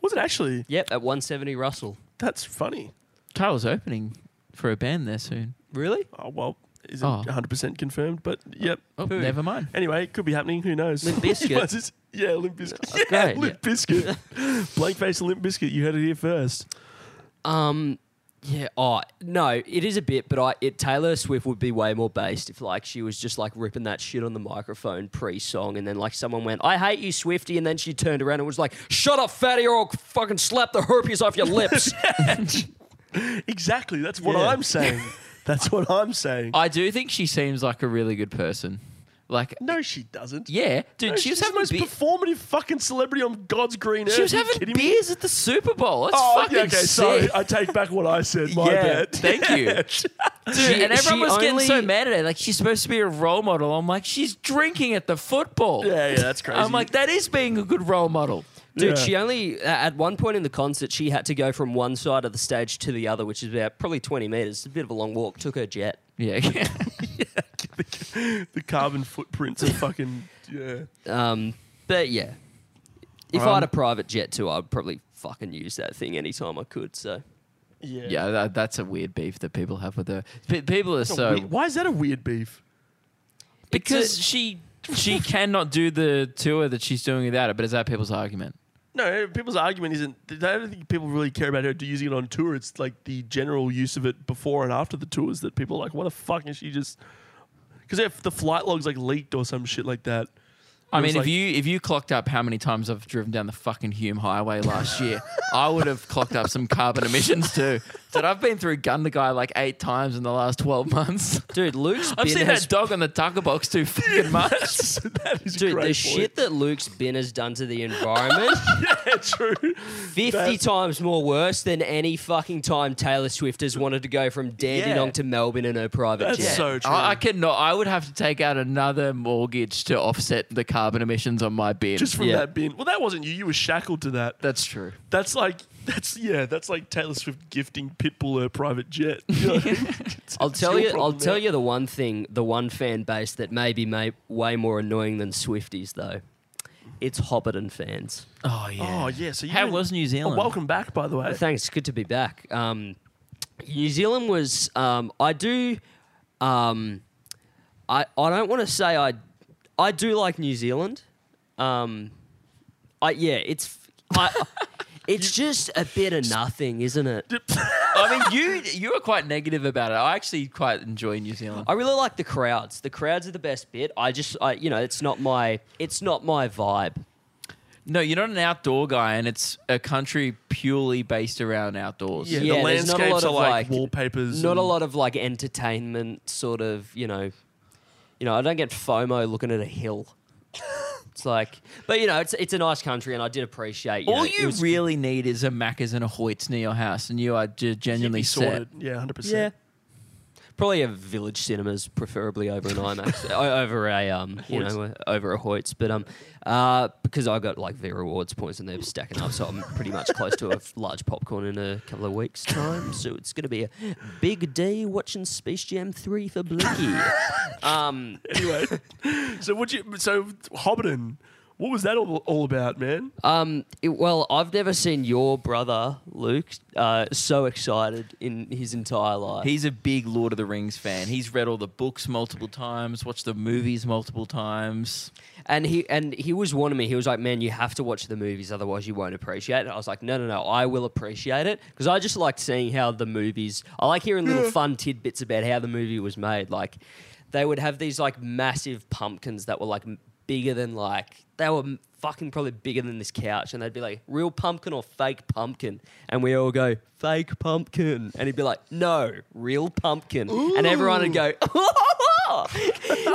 Speaker 2: was it actually?
Speaker 5: Yep, at 170 Russell.
Speaker 2: That's funny.
Speaker 4: Tyler's opening for a band there soon.
Speaker 5: Really?
Speaker 2: Oh well, isn't
Speaker 4: Oh.
Speaker 2: 100 percent confirmed, but yep.
Speaker 4: Oh,
Speaker 5: Who?
Speaker 4: never mind.
Speaker 2: Anyway, it could be happening. Who knows?
Speaker 5: Limp Bizkit.
Speaker 2: But it's- yeah, Limp Biscuit.
Speaker 4: Okay,
Speaker 2: Yeah,
Speaker 4: yeah.
Speaker 2: Limp Biscuit. Blank face, Limp Biscuit. You heard it here first.
Speaker 5: Um, yeah. Oh no, it is a bit, but I it Taylor Swift would be way more based if like she was just like ripping that shit on the microphone pre-song, and then like someone went, "I hate you, Swifty," and then she turned around and was like, "Shut up, fatty, or I'll fucking slap the herpes off your lips."
Speaker 2: Exactly. That's what
Speaker 5: Yeah.
Speaker 2: I'm saying. That's what I'm saying.
Speaker 4: I do think she seems like a really good person. Like,
Speaker 2: no, she doesn't.
Speaker 4: yeah, dude,
Speaker 2: No,
Speaker 4: she
Speaker 2: she's
Speaker 4: was
Speaker 2: the
Speaker 4: having
Speaker 2: most
Speaker 4: be-
Speaker 2: performative fucking celebrity on God's green earth.
Speaker 4: she was
Speaker 2: Are you
Speaker 4: having
Speaker 2: kidding me?
Speaker 4: beers at the Super Bowl. That's
Speaker 2: Oh,
Speaker 4: fucking
Speaker 2: yeah, okay.
Speaker 4: sick.
Speaker 2: Sorry, I take back what I said. My
Speaker 4: yeah,
Speaker 2: bad.
Speaker 4: thank you. Dude,
Speaker 5: She-
Speaker 4: and everyone
Speaker 5: she
Speaker 4: was getting so
Speaker 5: only-
Speaker 4: mad at her. Like, she's supposed to be a role model. I'm like, she's drinking at the football.
Speaker 2: Yeah, yeah, that's crazy.
Speaker 4: I'm like, that is being a good role model.
Speaker 5: Dude,
Speaker 2: Yeah.
Speaker 5: she only at one point in the concert she had to go from one side of the stage to the other, which is about probably twenty meters. It's a bit of a long walk. Took her jet.
Speaker 4: Yeah.
Speaker 2: the, the carbon footprints of fucking yeah.
Speaker 5: Um, but yeah, if
Speaker 4: Um,
Speaker 5: I had a private jet too, I'd probably fucking use that thing anytime I could. So
Speaker 2: Yeah.
Speaker 4: Yeah, that, that's a weird beef that people have with her. Pe- people are
Speaker 2: That's a
Speaker 4: so
Speaker 2: weird- why is that a weird beef?
Speaker 4: because she she cannot do the tour that she's doing without it. But is that people's argument?
Speaker 2: No, people's argument isn't. I don't think people really care about her using it on tour. It's like the general use of it before and after the tours that people are like, what the fuck is she just? Because if the flight logs like leaked or some shit like that,
Speaker 4: I
Speaker 2: It
Speaker 4: mean,
Speaker 2: was
Speaker 4: if
Speaker 2: like-
Speaker 4: you if you clocked up how many times I've driven down the fucking Hume Highway last year, I would have clocked up some carbon emissions too. That I've been through Gundagai like eight times in the last twelve months.
Speaker 5: dude, Luke's
Speaker 4: I've
Speaker 5: bin
Speaker 4: seen
Speaker 5: has
Speaker 4: that dog on the tucker box too fucking much.
Speaker 2: that is a
Speaker 5: Dude, the
Speaker 2: great point.
Speaker 5: shit that Luke's bin has done to the environment,
Speaker 2: Yeah, true.
Speaker 5: 50
Speaker 2: That's-
Speaker 5: times more worse than any fucking time Taylor Swift has wanted to go from Dandenong
Speaker 4: Yeah.
Speaker 5: to Melbourne in her private
Speaker 2: That's
Speaker 5: jet.
Speaker 2: so true.
Speaker 4: I, I cannot. I would have to take out another mortgage to offset the carbon emissions on my bin.
Speaker 2: just from
Speaker 5: Yeah.
Speaker 2: that bin. Well, that wasn't you. You were shackled to that.
Speaker 4: That's true.
Speaker 2: That's like that's yeah. That's like Taylor Swift gifting Pitbull her private jet. You know what I mean? It's-
Speaker 5: I'll
Speaker 2: it's
Speaker 5: tell
Speaker 2: your
Speaker 5: you. I'll
Speaker 2: problem
Speaker 5: tell
Speaker 2: now.
Speaker 5: you the one thing, the one fan base that may be may, way more annoying than Swifties, though. It's Hobbiton fans.
Speaker 4: Oh
Speaker 2: Oh yeah. So you
Speaker 4: How
Speaker 2: were-
Speaker 4: was New
Speaker 2: Oh,
Speaker 4: Zealand?
Speaker 2: welcome back, by the way.
Speaker 5: Thanks. Good to be back. Um, New Zealand was. Um, I do. Um, I I don't want to say I. I do like New Zealand. Um, I yeah. It's. I, it's just a bit of nothing, isn't it?
Speaker 4: I mean, you you were quite negative about it. I actually quite enjoy New Zealand.
Speaker 5: I really like the crowds. The crowds are the best bit. I just, I, you know, it's not my, it's not my vibe.
Speaker 4: No, you're not an outdoor guy, and it's a country purely based around outdoors.
Speaker 2: Yeah, the
Speaker 5: Yeah, there's not a
Speaker 2: landscapes
Speaker 5: lot
Speaker 2: are
Speaker 5: of,
Speaker 2: like,
Speaker 5: like-
Speaker 2: wallpapers.
Speaker 5: Not a
Speaker 2: and-
Speaker 5: lot of like entertainment sort of, you know, you know, I don't get FOMO looking at a hill. It's like, but you know, it's it's a nice country, and I did appreciate. You know,
Speaker 4: All
Speaker 5: it
Speaker 4: you
Speaker 5: was-
Speaker 4: really need is a Macca's and a Hoyt's near your house, and you are ge-
Speaker 2: You'd be
Speaker 4: genuinely set.
Speaker 2: sorted. Yeah, hundred
Speaker 5: yeah,
Speaker 2: percent.
Speaker 5: probably a village cinemas, preferably over an IMAX, o- over a um, you
Speaker 2: Hoyts.
Speaker 5: know, over a Hoyts, but um, uh, because I got like V rewards points and they're stacking up, so I'm pretty much close to a large popcorn in a couple of weeks' time. So it's gonna be a big day watching Space Jam three for Blinky. um.
Speaker 2: Anyway, so would you? So Hobbiton, what was that all, all about, man?
Speaker 5: Um, it- well, I've never seen your brother Luke uh, so excited in his entire life.
Speaker 4: He's a big Lord of the Rings fan. He's read all the books multiple times, watched the movies multiple times.
Speaker 5: and he and he was warning me. He was like, "Man, you have to watch the movies, otherwise you won't appreciate it." I was like, "No, no, no, I will appreciate it because I just liked seeing how the movies. I like hearing little fun tidbits about how the movie was made. Like, they would have these like massive pumpkins that were like m- bigger than like they were m- fucking probably bigger than this couch, and they'd be like, "Real pumpkin or fake pumpkin?" And we all go, "Fake pumpkin," and he'd be like, "No, real pumpkin," and everyone would go. "Oh,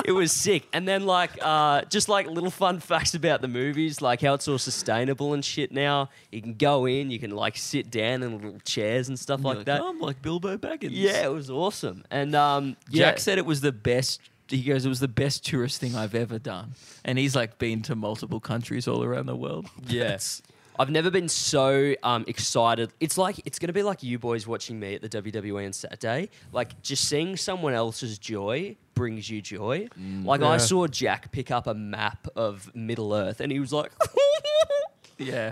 Speaker 5: it was sick. And then like uh, just like little fun facts about the movies, like how it's all sustainable and shit now. You can go in, you can like sit down in little chairs and stuff like, that.
Speaker 4: I'm like "Oh, Bilbo Baggins.
Speaker 5: Yeah, it was awesome. And um yeah.
Speaker 4: Jack said it was the best. He goes, it was the best tourist thing I've ever done, and he's like been to multiple countries all around the world.
Speaker 5: Yes. I've never been so um, excited. It's like it's gonna be like you boys watching me at the WWE on Saturday. Like just seeing someone else's joy brings you joy.
Speaker 4: Mm.
Speaker 5: Like I
Speaker 2: Yeah.
Speaker 5: saw Jack pick up a map of Middle Earth, and he was like,
Speaker 4: Yeah.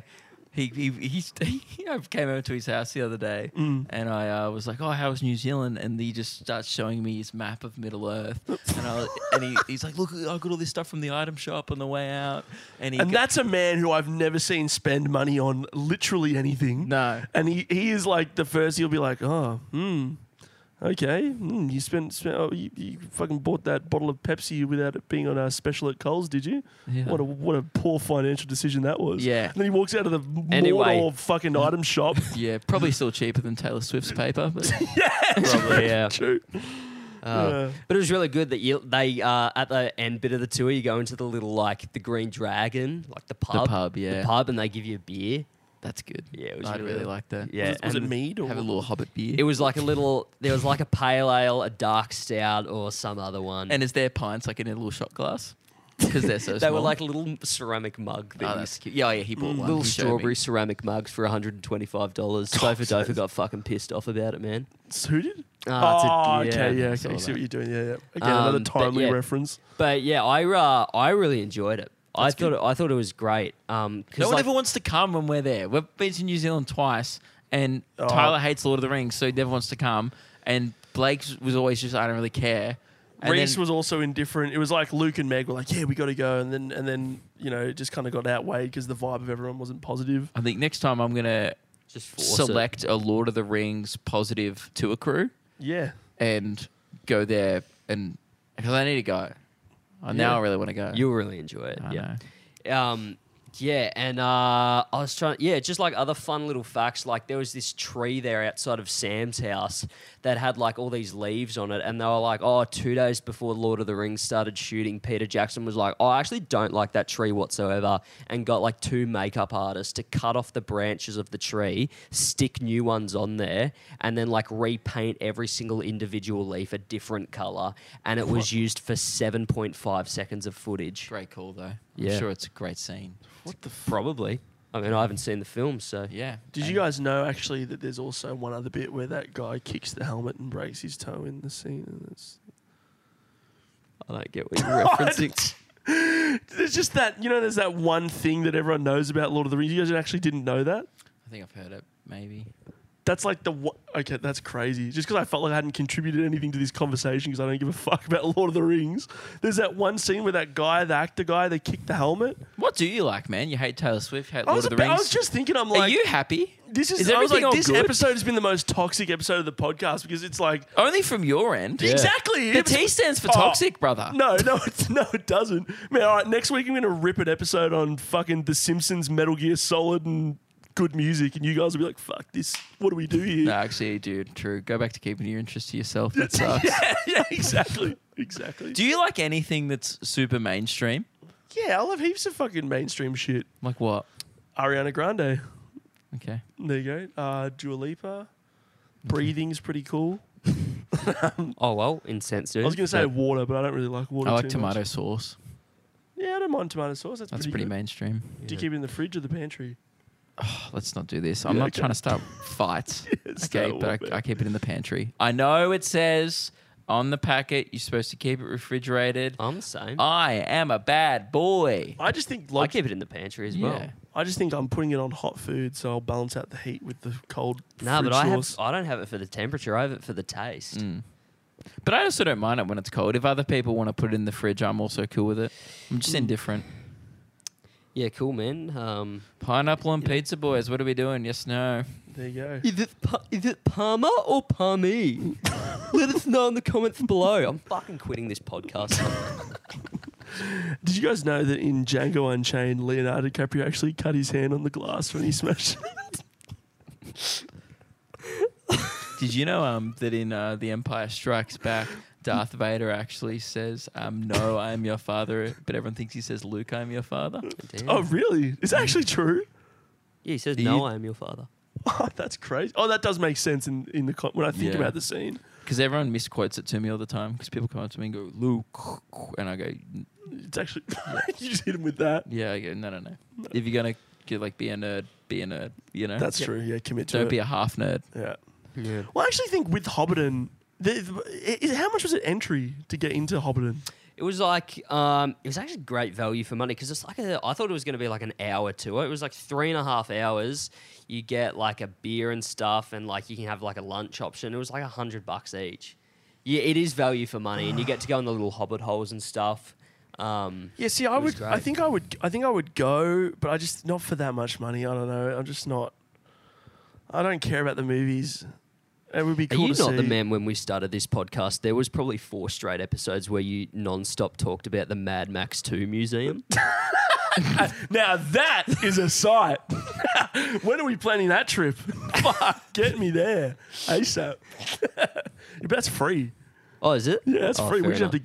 Speaker 4: He, he, he, he I came over to his house the other day
Speaker 5: Mm.
Speaker 4: and I uh, was like, Oh, how's New Zealand? And he just starts showing me his map of Middle Earth. And, I, and he, he's like, Look, I got all this stuff from the item shop on the way out. And, he
Speaker 2: And
Speaker 4: go-
Speaker 2: that's a man who I've never seen spend money on literally anything.
Speaker 4: No.
Speaker 2: And he, he is like the first, he'll be like, oh, hmm, okay. Hmm, you spent, spent oh, you, you fucking bought that bottle of Pepsi without it being on our special at Coles, did you?
Speaker 4: Yeah.
Speaker 2: What, a, what a poor financial decision that was.
Speaker 4: Yeah.
Speaker 2: And then he walks out of the
Speaker 5: Anyway.
Speaker 2: Mordor fucking item shop.
Speaker 4: Yeah, probably still cheaper than Taylor Swift's paper. But
Speaker 5: "Probably yeah."
Speaker 2: True.
Speaker 4: Oh,
Speaker 5: Uh, But it was really good that you they uh, at the end bit of the tour you go into the little like the Green Dragon like the pub
Speaker 4: pub, yeah.
Speaker 5: the pub and they give you a beer
Speaker 4: that's good.
Speaker 5: yeah it was
Speaker 4: I
Speaker 5: really,
Speaker 4: really like that.
Speaker 5: yeah
Speaker 2: was it, was it
Speaker 5: and
Speaker 2: mead or?
Speaker 4: Have a little hobbit beer.
Speaker 5: it was like a little there was like a pale ale a dark stout or some other one
Speaker 4: and is there pints like in a little shot glass? because they're so
Speaker 5: They
Speaker 4: small.
Speaker 5: were like little ceramic mug things.
Speaker 4: oh, that's cute. Yeah, yeah, he bought one.
Speaker 5: Little
Speaker 4: He showed me.
Speaker 5: strawberry ceramic mugs for $125. Sofa Dofa got fucking pissed off about it, man.
Speaker 2: Who did?
Speaker 5: Ah,
Speaker 2: oh,
Speaker 5: it's a-
Speaker 2: okay,
Speaker 5: yeah,
Speaker 2: yeah,
Speaker 5: I
Speaker 2: okay.
Speaker 5: saw
Speaker 2: I see
Speaker 5: that.
Speaker 2: what you're doing. Yeah, yeah. Again,
Speaker 5: Um,
Speaker 2: another
Speaker 5: but
Speaker 2: timely
Speaker 5: yeah.
Speaker 2: reference.
Speaker 5: But yeah, I uh, I really enjoyed it. I thought it, I thought it was great. Um, 'cause,
Speaker 4: No one
Speaker 5: like-
Speaker 4: ever wants to come when we're there. We've been to New Zealand twice, and
Speaker 2: Oh.
Speaker 4: Tyler hates Lord of the Rings, so he never wants to come. And Blake was always just, I don't really care. And
Speaker 2: Reese
Speaker 4: then-
Speaker 2: was also indifferent. It was like Luke and Meg were like, "Yeah, we got to go," and then and then you know it just kind of got outweighed because the vibe of everyone wasn't positive.
Speaker 4: I think next time I'm gonna
Speaker 5: just force it.
Speaker 4: select a Lord of the Rings positive tour crew
Speaker 2: Yeah,
Speaker 4: and go there, and because I need to go. Oh, Now I really want to go.
Speaker 5: You'll really enjoy it.
Speaker 4: I
Speaker 5: yeah. Um, yeah, and uh, I was trying. Yeah, just like other fun little facts. Like there was this tree there outside of Sam's house that had like all these leaves on it, and they were like, "Oh, two days before Lord of the Rings started shooting, Peter Jackson was like, oh, I actually don't like that tree whatsoever,' and got like two makeup artists to cut off the branches of the tree, stick new ones on there, and then like repaint every single individual leaf a different color, and it was used for seven point five seconds of footage.
Speaker 4: Great call though.
Speaker 5: Yeah.
Speaker 4: I'm sure it's a great scene.
Speaker 5: What the probably? I mean, I haven't seen the film, so
Speaker 4: Yeah.
Speaker 2: Did you guys know actually that there's also one other bit where that guy kicks the helmet and breaks his toe in the scene? And it's,
Speaker 5: I don't get what you're referencing.
Speaker 2: there's just that you know there's that one thing that everyone knows about Lord of the Rings. You guys actually didn't know that.
Speaker 4: I think I've heard it. Maybe.
Speaker 2: That's like the one- okay. That's crazy. Just because I felt like I hadn't contributed anything to this conversation because I don't give a fuck about Lord of the Rings. There's that one scene where that guy, the actor guy, they kicked the helmet.
Speaker 4: What do you like, man? You hate Taylor Swift, hate
Speaker 2: I
Speaker 4: Lord
Speaker 2: was,
Speaker 4: of the
Speaker 2: a bit-
Speaker 4: Rings.
Speaker 2: I was just thinking, I'm like,
Speaker 4: Are you happy?
Speaker 2: this is.
Speaker 4: Is
Speaker 2: I was
Speaker 4: everything
Speaker 2: like,
Speaker 4: all
Speaker 2: this
Speaker 4: good?
Speaker 2: episode has been the most toxic episode of the podcast because it's like
Speaker 4: Only from your end.
Speaker 2: exactly
Speaker 4: The
Speaker 2: it was-
Speaker 4: T stands for
Speaker 2: Oh.
Speaker 4: toxic, brother.
Speaker 2: No, no, it's, no, it doesn't. Man, all right, next week I'm going to rip an episode on fucking The Simpsons, Metal Gear Solid, and good music, and you guys will be like, "Fuck this! What do we do here?"
Speaker 4: No, actually, dude, true. Go back to keeping your interest to yourself. That sucks.
Speaker 2: yeah, yeah, exactly, exactly.
Speaker 4: Do you like anything that's super mainstream?
Speaker 2: yeah, I love heaps of fucking mainstream shit.
Speaker 4: Like what?
Speaker 2: Ariana Grande.
Speaker 4: Okay.
Speaker 2: There you go. Uh, Dua Lipa. Breathing's pretty cool.
Speaker 5: oh well, incense.
Speaker 2: I was going to say water, but I don't really like water.
Speaker 4: I like
Speaker 2: too
Speaker 4: tomato
Speaker 2: Much.
Speaker 4: sauce.
Speaker 2: Yeah, I don't mind tomato sauce. That's,
Speaker 4: That's
Speaker 2: pretty,
Speaker 4: pretty
Speaker 2: good.
Speaker 4: mainstream.
Speaker 2: Do you keep it in the fridge or the pantry?
Speaker 4: Oh, let's not do this. I'm
Speaker 2: Yeah,
Speaker 4: not
Speaker 2: okay.
Speaker 4: trying to start fights.
Speaker 2: It's
Speaker 4: okay,
Speaker 2: not
Speaker 4: but
Speaker 2: warm,
Speaker 4: I, I
Speaker 2: man.
Speaker 4: keep it in the pantry. I know it says on the packet you're supposed to keep it refrigerated.
Speaker 2: Uh-huh.
Speaker 5: I'm the same.
Speaker 4: I am a bad boy.
Speaker 2: I just think
Speaker 5: I
Speaker 2: like
Speaker 5: keep it in the pantry as well.
Speaker 4: Yeah.
Speaker 2: I just think I'm putting it on hot food, so I'll balance out the heat with the cold.
Speaker 5: No,
Speaker 2: fridge
Speaker 5: but I have.
Speaker 2: sauce.
Speaker 5: I don't have it for the temperature. I have it for the taste.
Speaker 4: Mm. But I also don't mind it when it's cold. If other people want to put it in the fridge, I'm also cool with it. I'm just indifferent.
Speaker 5: Yeah, cool, man. Um,
Speaker 4: Pineapple and pizza boys, what are we doing? Yes, no.
Speaker 2: There you go.
Speaker 5: is it pa- is it Palmer or Palmy? Let us know in the comments below. I'm fucking quitting this podcast.
Speaker 2: Did you guys know that in Django Unchained, Leonardo DiCaprio actually cut his hand on the glass when he smashed?
Speaker 4: Did you know um, that in uh, The Empire Strikes Back, Darth Vader actually says, um, No, I'm your father, but everyone thinks he says, Luke, I'm your father?
Speaker 5: Damn.
Speaker 2: oh, really? Is that actually true?
Speaker 5: yeah, he says
Speaker 4: Do
Speaker 5: no.
Speaker 4: you-
Speaker 5: I am your father.
Speaker 2: Oh, that's crazy. Oh, that does make sense in in the con- when I think
Speaker 4: Yeah.
Speaker 2: about the scene.
Speaker 4: Because everyone misquotes it to me all the time because people come up to me and go, Luke. And I go, "N-
Speaker 2: It's actually you just hit him with that.
Speaker 4: Yeah, I go, no, no, Mm. no. If you're going to get like be a nerd, be a nerd, you know?
Speaker 2: That's true. Yeah, commit to
Speaker 4: Don't
Speaker 2: it.
Speaker 4: be a half nerd.
Speaker 2: yeah.
Speaker 5: Yeah.
Speaker 2: Well, I actually think with Hobbiton, the, is, how much was it entry to get into Hobbiton?
Speaker 5: It was like um, it was actually great value for money because it's like a, I thought it was going to be like an hour tour. It was like three and a half hours. You get like a beer and stuff, and like you can have like a lunch option. It was like a hundred bucks each. Yeah, it is value for money, and you get to go in the little hobbit holes and stuff. Um,
Speaker 2: Yeah, see, I
Speaker 5: was
Speaker 2: would. I
Speaker 5: great.
Speaker 2: think I would. I think I would go, but I just not for that much money. I don't know. I'm just not. I don't care about the movies. It would be
Speaker 5: are
Speaker 2: cool
Speaker 5: you
Speaker 2: to
Speaker 5: not
Speaker 2: see.
Speaker 5: the man when we started this podcast? There was probably four straight episodes where you non-stop talked about the Mad Max Two museum.
Speaker 2: Now that is a sight. when are we planning that trip? Fuck, get me there asap. but that's free.
Speaker 5: Oh, is it?
Speaker 2: Yeah, it's
Speaker 5: Oh,
Speaker 2: free. We
Speaker 5: fair
Speaker 2: just have
Speaker 5: enough.
Speaker 2: to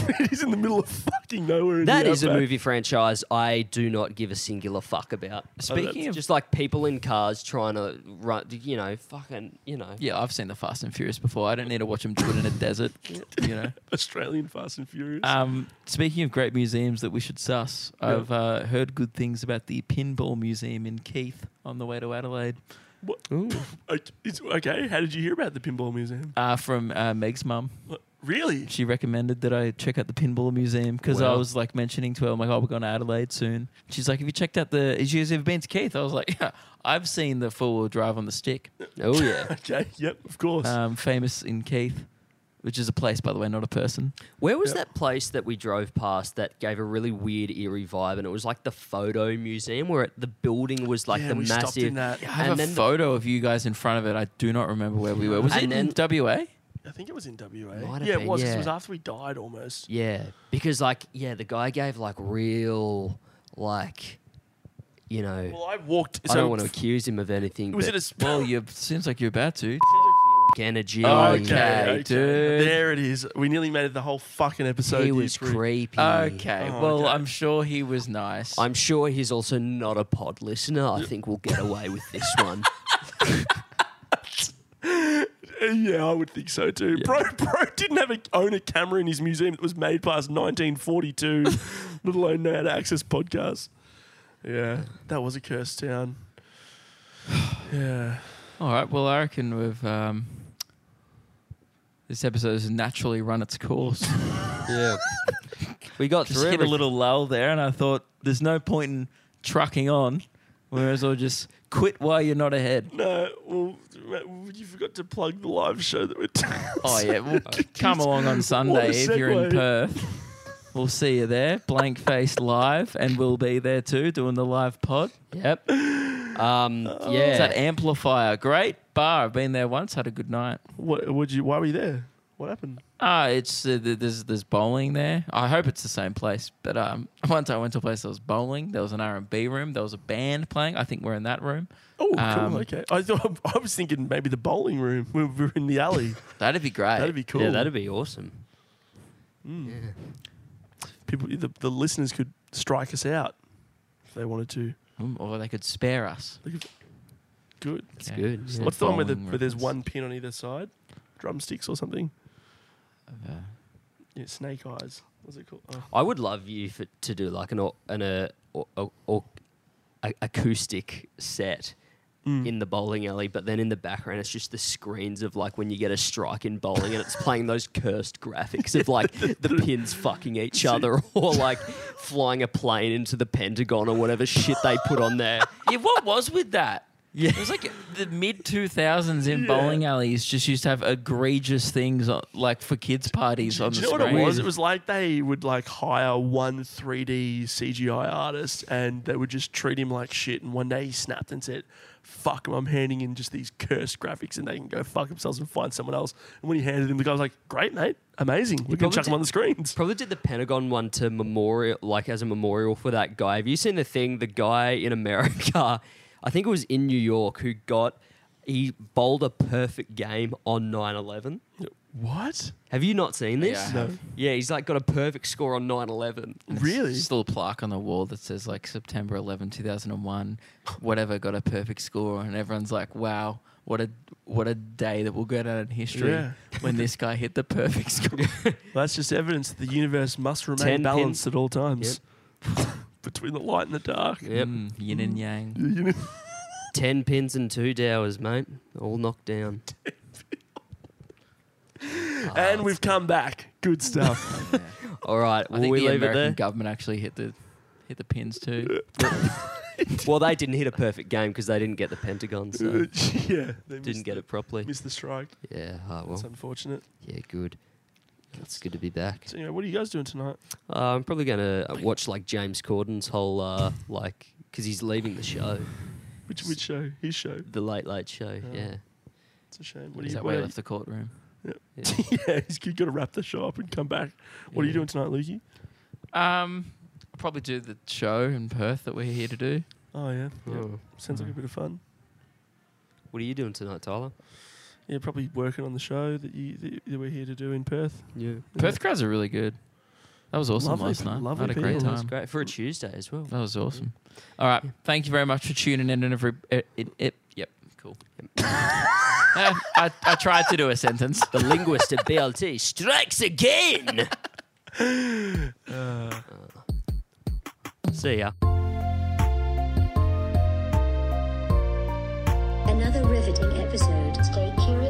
Speaker 2: get there. He's in the middle of fucking nowhere. In
Speaker 5: That
Speaker 2: the
Speaker 5: is a
Speaker 2: outback.
Speaker 5: movie franchise I do not give a singular fuck
Speaker 2: Oh,
Speaker 5: about.
Speaker 4: Speaking of-
Speaker 5: just like people in cars trying to run, you know, fucking, you know.
Speaker 4: Yeah, I've seen the Fast and Furious before. I don't need to watch them do it in a desert. You know.
Speaker 2: Australian Fast and Furious.
Speaker 5: Uh,
Speaker 4: Um, speaking of great museums that we should suss, I've uh, heard good things about the Pinball Museum in Keith on the way to Adelaide
Speaker 2: What? O- It's, okay, how did you hear about the Pinball Museum?
Speaker 4: uh, from uh, Meg's mum.
Speaker 2: What? Really?
Speaker 4: She recommended that I check out the Pinball Museum because I
Speaker 5: Wow.
Speaker 4: was like mentioning to her, I'm like, oh, we're going to Adelaide soon. She's like, have you checked out the. Have you guys ever been to Keith? I was like, yeah, I've seen the four wheel drive on the stick,
Speaker 5: Oh, yeah.
Speaker 2: Okay, yep, of course.
Speaker 5: Uh,
Speaker 4: um, famous in Keith, which is a place, by the way, not a person.
Speaker 5: Where was
Speaker 2: Yep.
Speaker 5: that place that we drove past that gave a really weird, eerie vibe? And it was like the photo museum where it, the building was like
Speaker 2: yeah,
Speaker 5: the
Speaker 2: we stopped
Speaker 5: massive.
Speaker 2: in that.
Speaker 4: I have
Speaker 5: And
Speaker 4: a
Speaker 5: then the-
Speaker 4: photo of you guys in front of it. I do not remember where we were. Was
Speaker 5: And
Speaker 4: it in WA?
Speaker 2: I think it was in WA.
Speaker 5: Might have
Speaker 2: yeah, it
Speaker 5: been,
Speaker 2: was. 'cause It
Speaker 5: yeah.
Speaker 2: was after we died almost.
Speaker 5: Yeah, because like, yeah, the guy gave like real, like, you know.
Speaker 2: Well, I walked.
Speaker 5: I
Speaker 2: so
Speaker 5: don't want to accuse him of anything.
Speaker 2: Was it
Speaker 5: but
Speaker 2: a sp-
Speaker 4: Well, you seems like you're about to.
Speaker 5: energy?
Speaker 4: okay, dude.
Speaker 2: There it is. We nearly made it the whole fucking episode.
Speaker 5: He
Speaker 2: you
Speaker 5: was
Speaker 2: screw-
Speaker 5: creepy.
Speaker 4: Okay.
Speaker 2: Oh,
Speaker 4: well,
Speaker 2: okay.
Speaker 4: I'm sure he was nice.
Speaker 5: I'm sure he's also not a pod listener. I think we'll get away with this one.
Speaker 2: Uh, Yeah, I would think so too. Bro, bro didn't have a, own a camera in his museum that was made past 1942, let alone know how to access podcasts. Yeah, that was a cursed town. Yeah.
Speaker 4: All right. Well, I reckon we've um, this episode has naturally run its course.
Speaker 5: Yeah. We got
Speaker 4: just
Speaker 5: through
Speaker 4: hit a
Speaker 5: everything.
Speaker 4: little lull there, and I thought there's no point in trucking on. We might as well just quit while you're not ahead.
Speaker 2: No, well, you forgot to plug the live show that we're doing.
Speaker 4: Oh yeah, well, come along on Sunday if you're
Speaker 2: segue.
Speaker 4: in Perth. We'll see you there, blank face live, and we'll be there too doing the live pod.
Speaker 5: Yep. Um,
Speaker 4: It's that
Speaker 5: yeah.
Speaker 4: amplifier, great bar. I've been there once, had a good night.
Speaker 2: What, would you? Why were you there? What happened?
Speaker 4: Ah, it's uh, th- there's there's bowling there. I hope it's the same place. But um, once I went to a place that was bowling. There was an R and B room. There was a band playing. I think we're in that room.
Speaker 2: Oh, cool.
Speaker 4: Um,
Speaker 2: okay. I thought I was thinking maybe the bowling room. We were in the alley.
Speaker 4: That'd be great.
Speaker 2: That'd be cool.
Speaker 5: Yeah, that'd be awesome.
Speaker 2: People, the, the listeners could strike us out if they wanted to.
Speaker 4: Mm, or they could spare us.
Speaker 2: Look at good.
Speaker 4: It's
Speaker 5: good. Yeah.
Speaker 2: What's the one where, the, where there's one pin on either side, drumsticks or something? Yeah, snake eyes. What's it called? Oh.
Speaker 5: I would love you for, to do like an au- an uh, au- au- au- a- acoustic set in the bowling alley, but then in the background it's just the screens of like when you get a strike in bowling and it's playing those cursed graphics of like the pins fucking each other or like flying a plane into the Pentagon or whatever shit they put on there.
Speaker 4: yeah, what was with that? Yeah, it was like the mid two thousands in bowling alleys just used to have egregious things on, like for kids parties on
Speaker 2: Do you
Speaker 4: the
Speaker 2: know what
Speaker 4: screen.
Speaker 2: it was? It was like they would like hire one 3D CGI artist and they would just treat him like shit. And one day he snapped and said, "Fuck him! I'm handing in just these cursed graphics, and they can go fuck themselves and find someone else." And when he handed him, the guy was like, "Great, mate, amazing. We can
Speaker 5: probably
Speaker 2: chuck them
Speaker 5: did-
Speaker 2: on the screens."
Speaker 5: Probably did the Pentagon one to memorial, like as a memorial for that guy. Have you seen the thing? The guy in America, I think it was in New York, who got he bowled a perfect game on 9/11.
Speaker 2: What?
Speaker 5: Have you not seen this?
Speaker 4: Yeah, I No.
Speaker 5: Yeah, he's like got a perfect score on 9/11.
Speaker 2: Really?
Speaker 4: Just a little plaque on the wall that says like September 11, 2001, whatever got a perfect score, and everyone's like, "Wow, what a what a day that will go down in history
Speaker 2: Yeah.
Speaker 4: when this guy hit the perfect score."
Speaker 2: Well, that's just evidence that the universe must remain
Speaker 5: Ten
Speaker 2: balanced at all times. Between the light and the dark.
Speaker 5: Yep.
Speaker 4: Mm, yin and yang.
Speaker 2: You know,
Speaker 5: Ten pins and two dowers, mate. All knocked down.
Speaker 2: and we've come back. Good stuff.
Speaker 5: All right,
Speaker 4: Ah, I
Speaker 5: will
Speaker 4: think
Speaker 5: we
Speaker 4: the
Speaker 5: leave
Speaker 4: American
Speaker 5: it there?
Speaker 4: government actually hit the hit the pins too.
Speaker 5: well, they didn't hit a perfect game because they didn't get the Pentagon, so
Speaker 2: yeah. They
Speaker 5: didn't get it properly.
Speaker 2: Missed the strike.
Speaker 5: Yeah, oh, well,
Speaker 2: It's unfortunate.
Speaker 5: yeah, good. It's good to be back.
Speaker 2: So anyway, what are you guys doing tonight?
Speaker 5: Uh, I'm probably gonna uh, watch like James Corden's whole uh, like because he's leaving the show,
Speaker 2: Which which show? His show.
Speaker 5: the Late Late Show.
Speaker 2: Oh.
Speaker 5: Yeah,
Speaker 2: It's a shame. What are
Speaker 4: Is
Speaker 2: you
Speaker 4: that why he
Speaker 2: what
Speaker 4: left the courtroom?
Speaker 5: yeah.
Speaker 2: Yeah, he's got to wrap the show up and come back. What are you
Speaker 5: Yeah.
Speaker 2: doing tonight, Lukey?
Speaker 4: Um, I'll probably do the show in Perth that we're here to do.
Speaker 2: Oh yeah. yeah.
Speaker 5: Oh.
Speaker 2: Sounds like a bit of fun.
Speaker 5: What are you doing tonight, Tyler?
Speaker 2: Yeah, probably working on the show that you that that we're here to do in Perth.
Speaker 5: Yeah.
Speaker 4: Perth crowds are really good. That was awesome
Speaker 2: Lovely
Speaker 4: last
Speaker 2: pe-
Speaker 4: night. I
Speaker 2: lovely
Speaker 4: had a great
Speaker 2: people.
Speaker 5: That's
Speaker 4: time.
Speaker 5: great for a Tuesday as well.
Speaker 4: That was awesome. All right. Thank you very much for tuning in. And every, it, it, it- yep, cool. Eh, I, I tried to do a sentence.
Speaker 5: The linguist at BLT strikes again. See ya.
Speaker 1: Another riveting episode.
Speaker 6: Stay curious.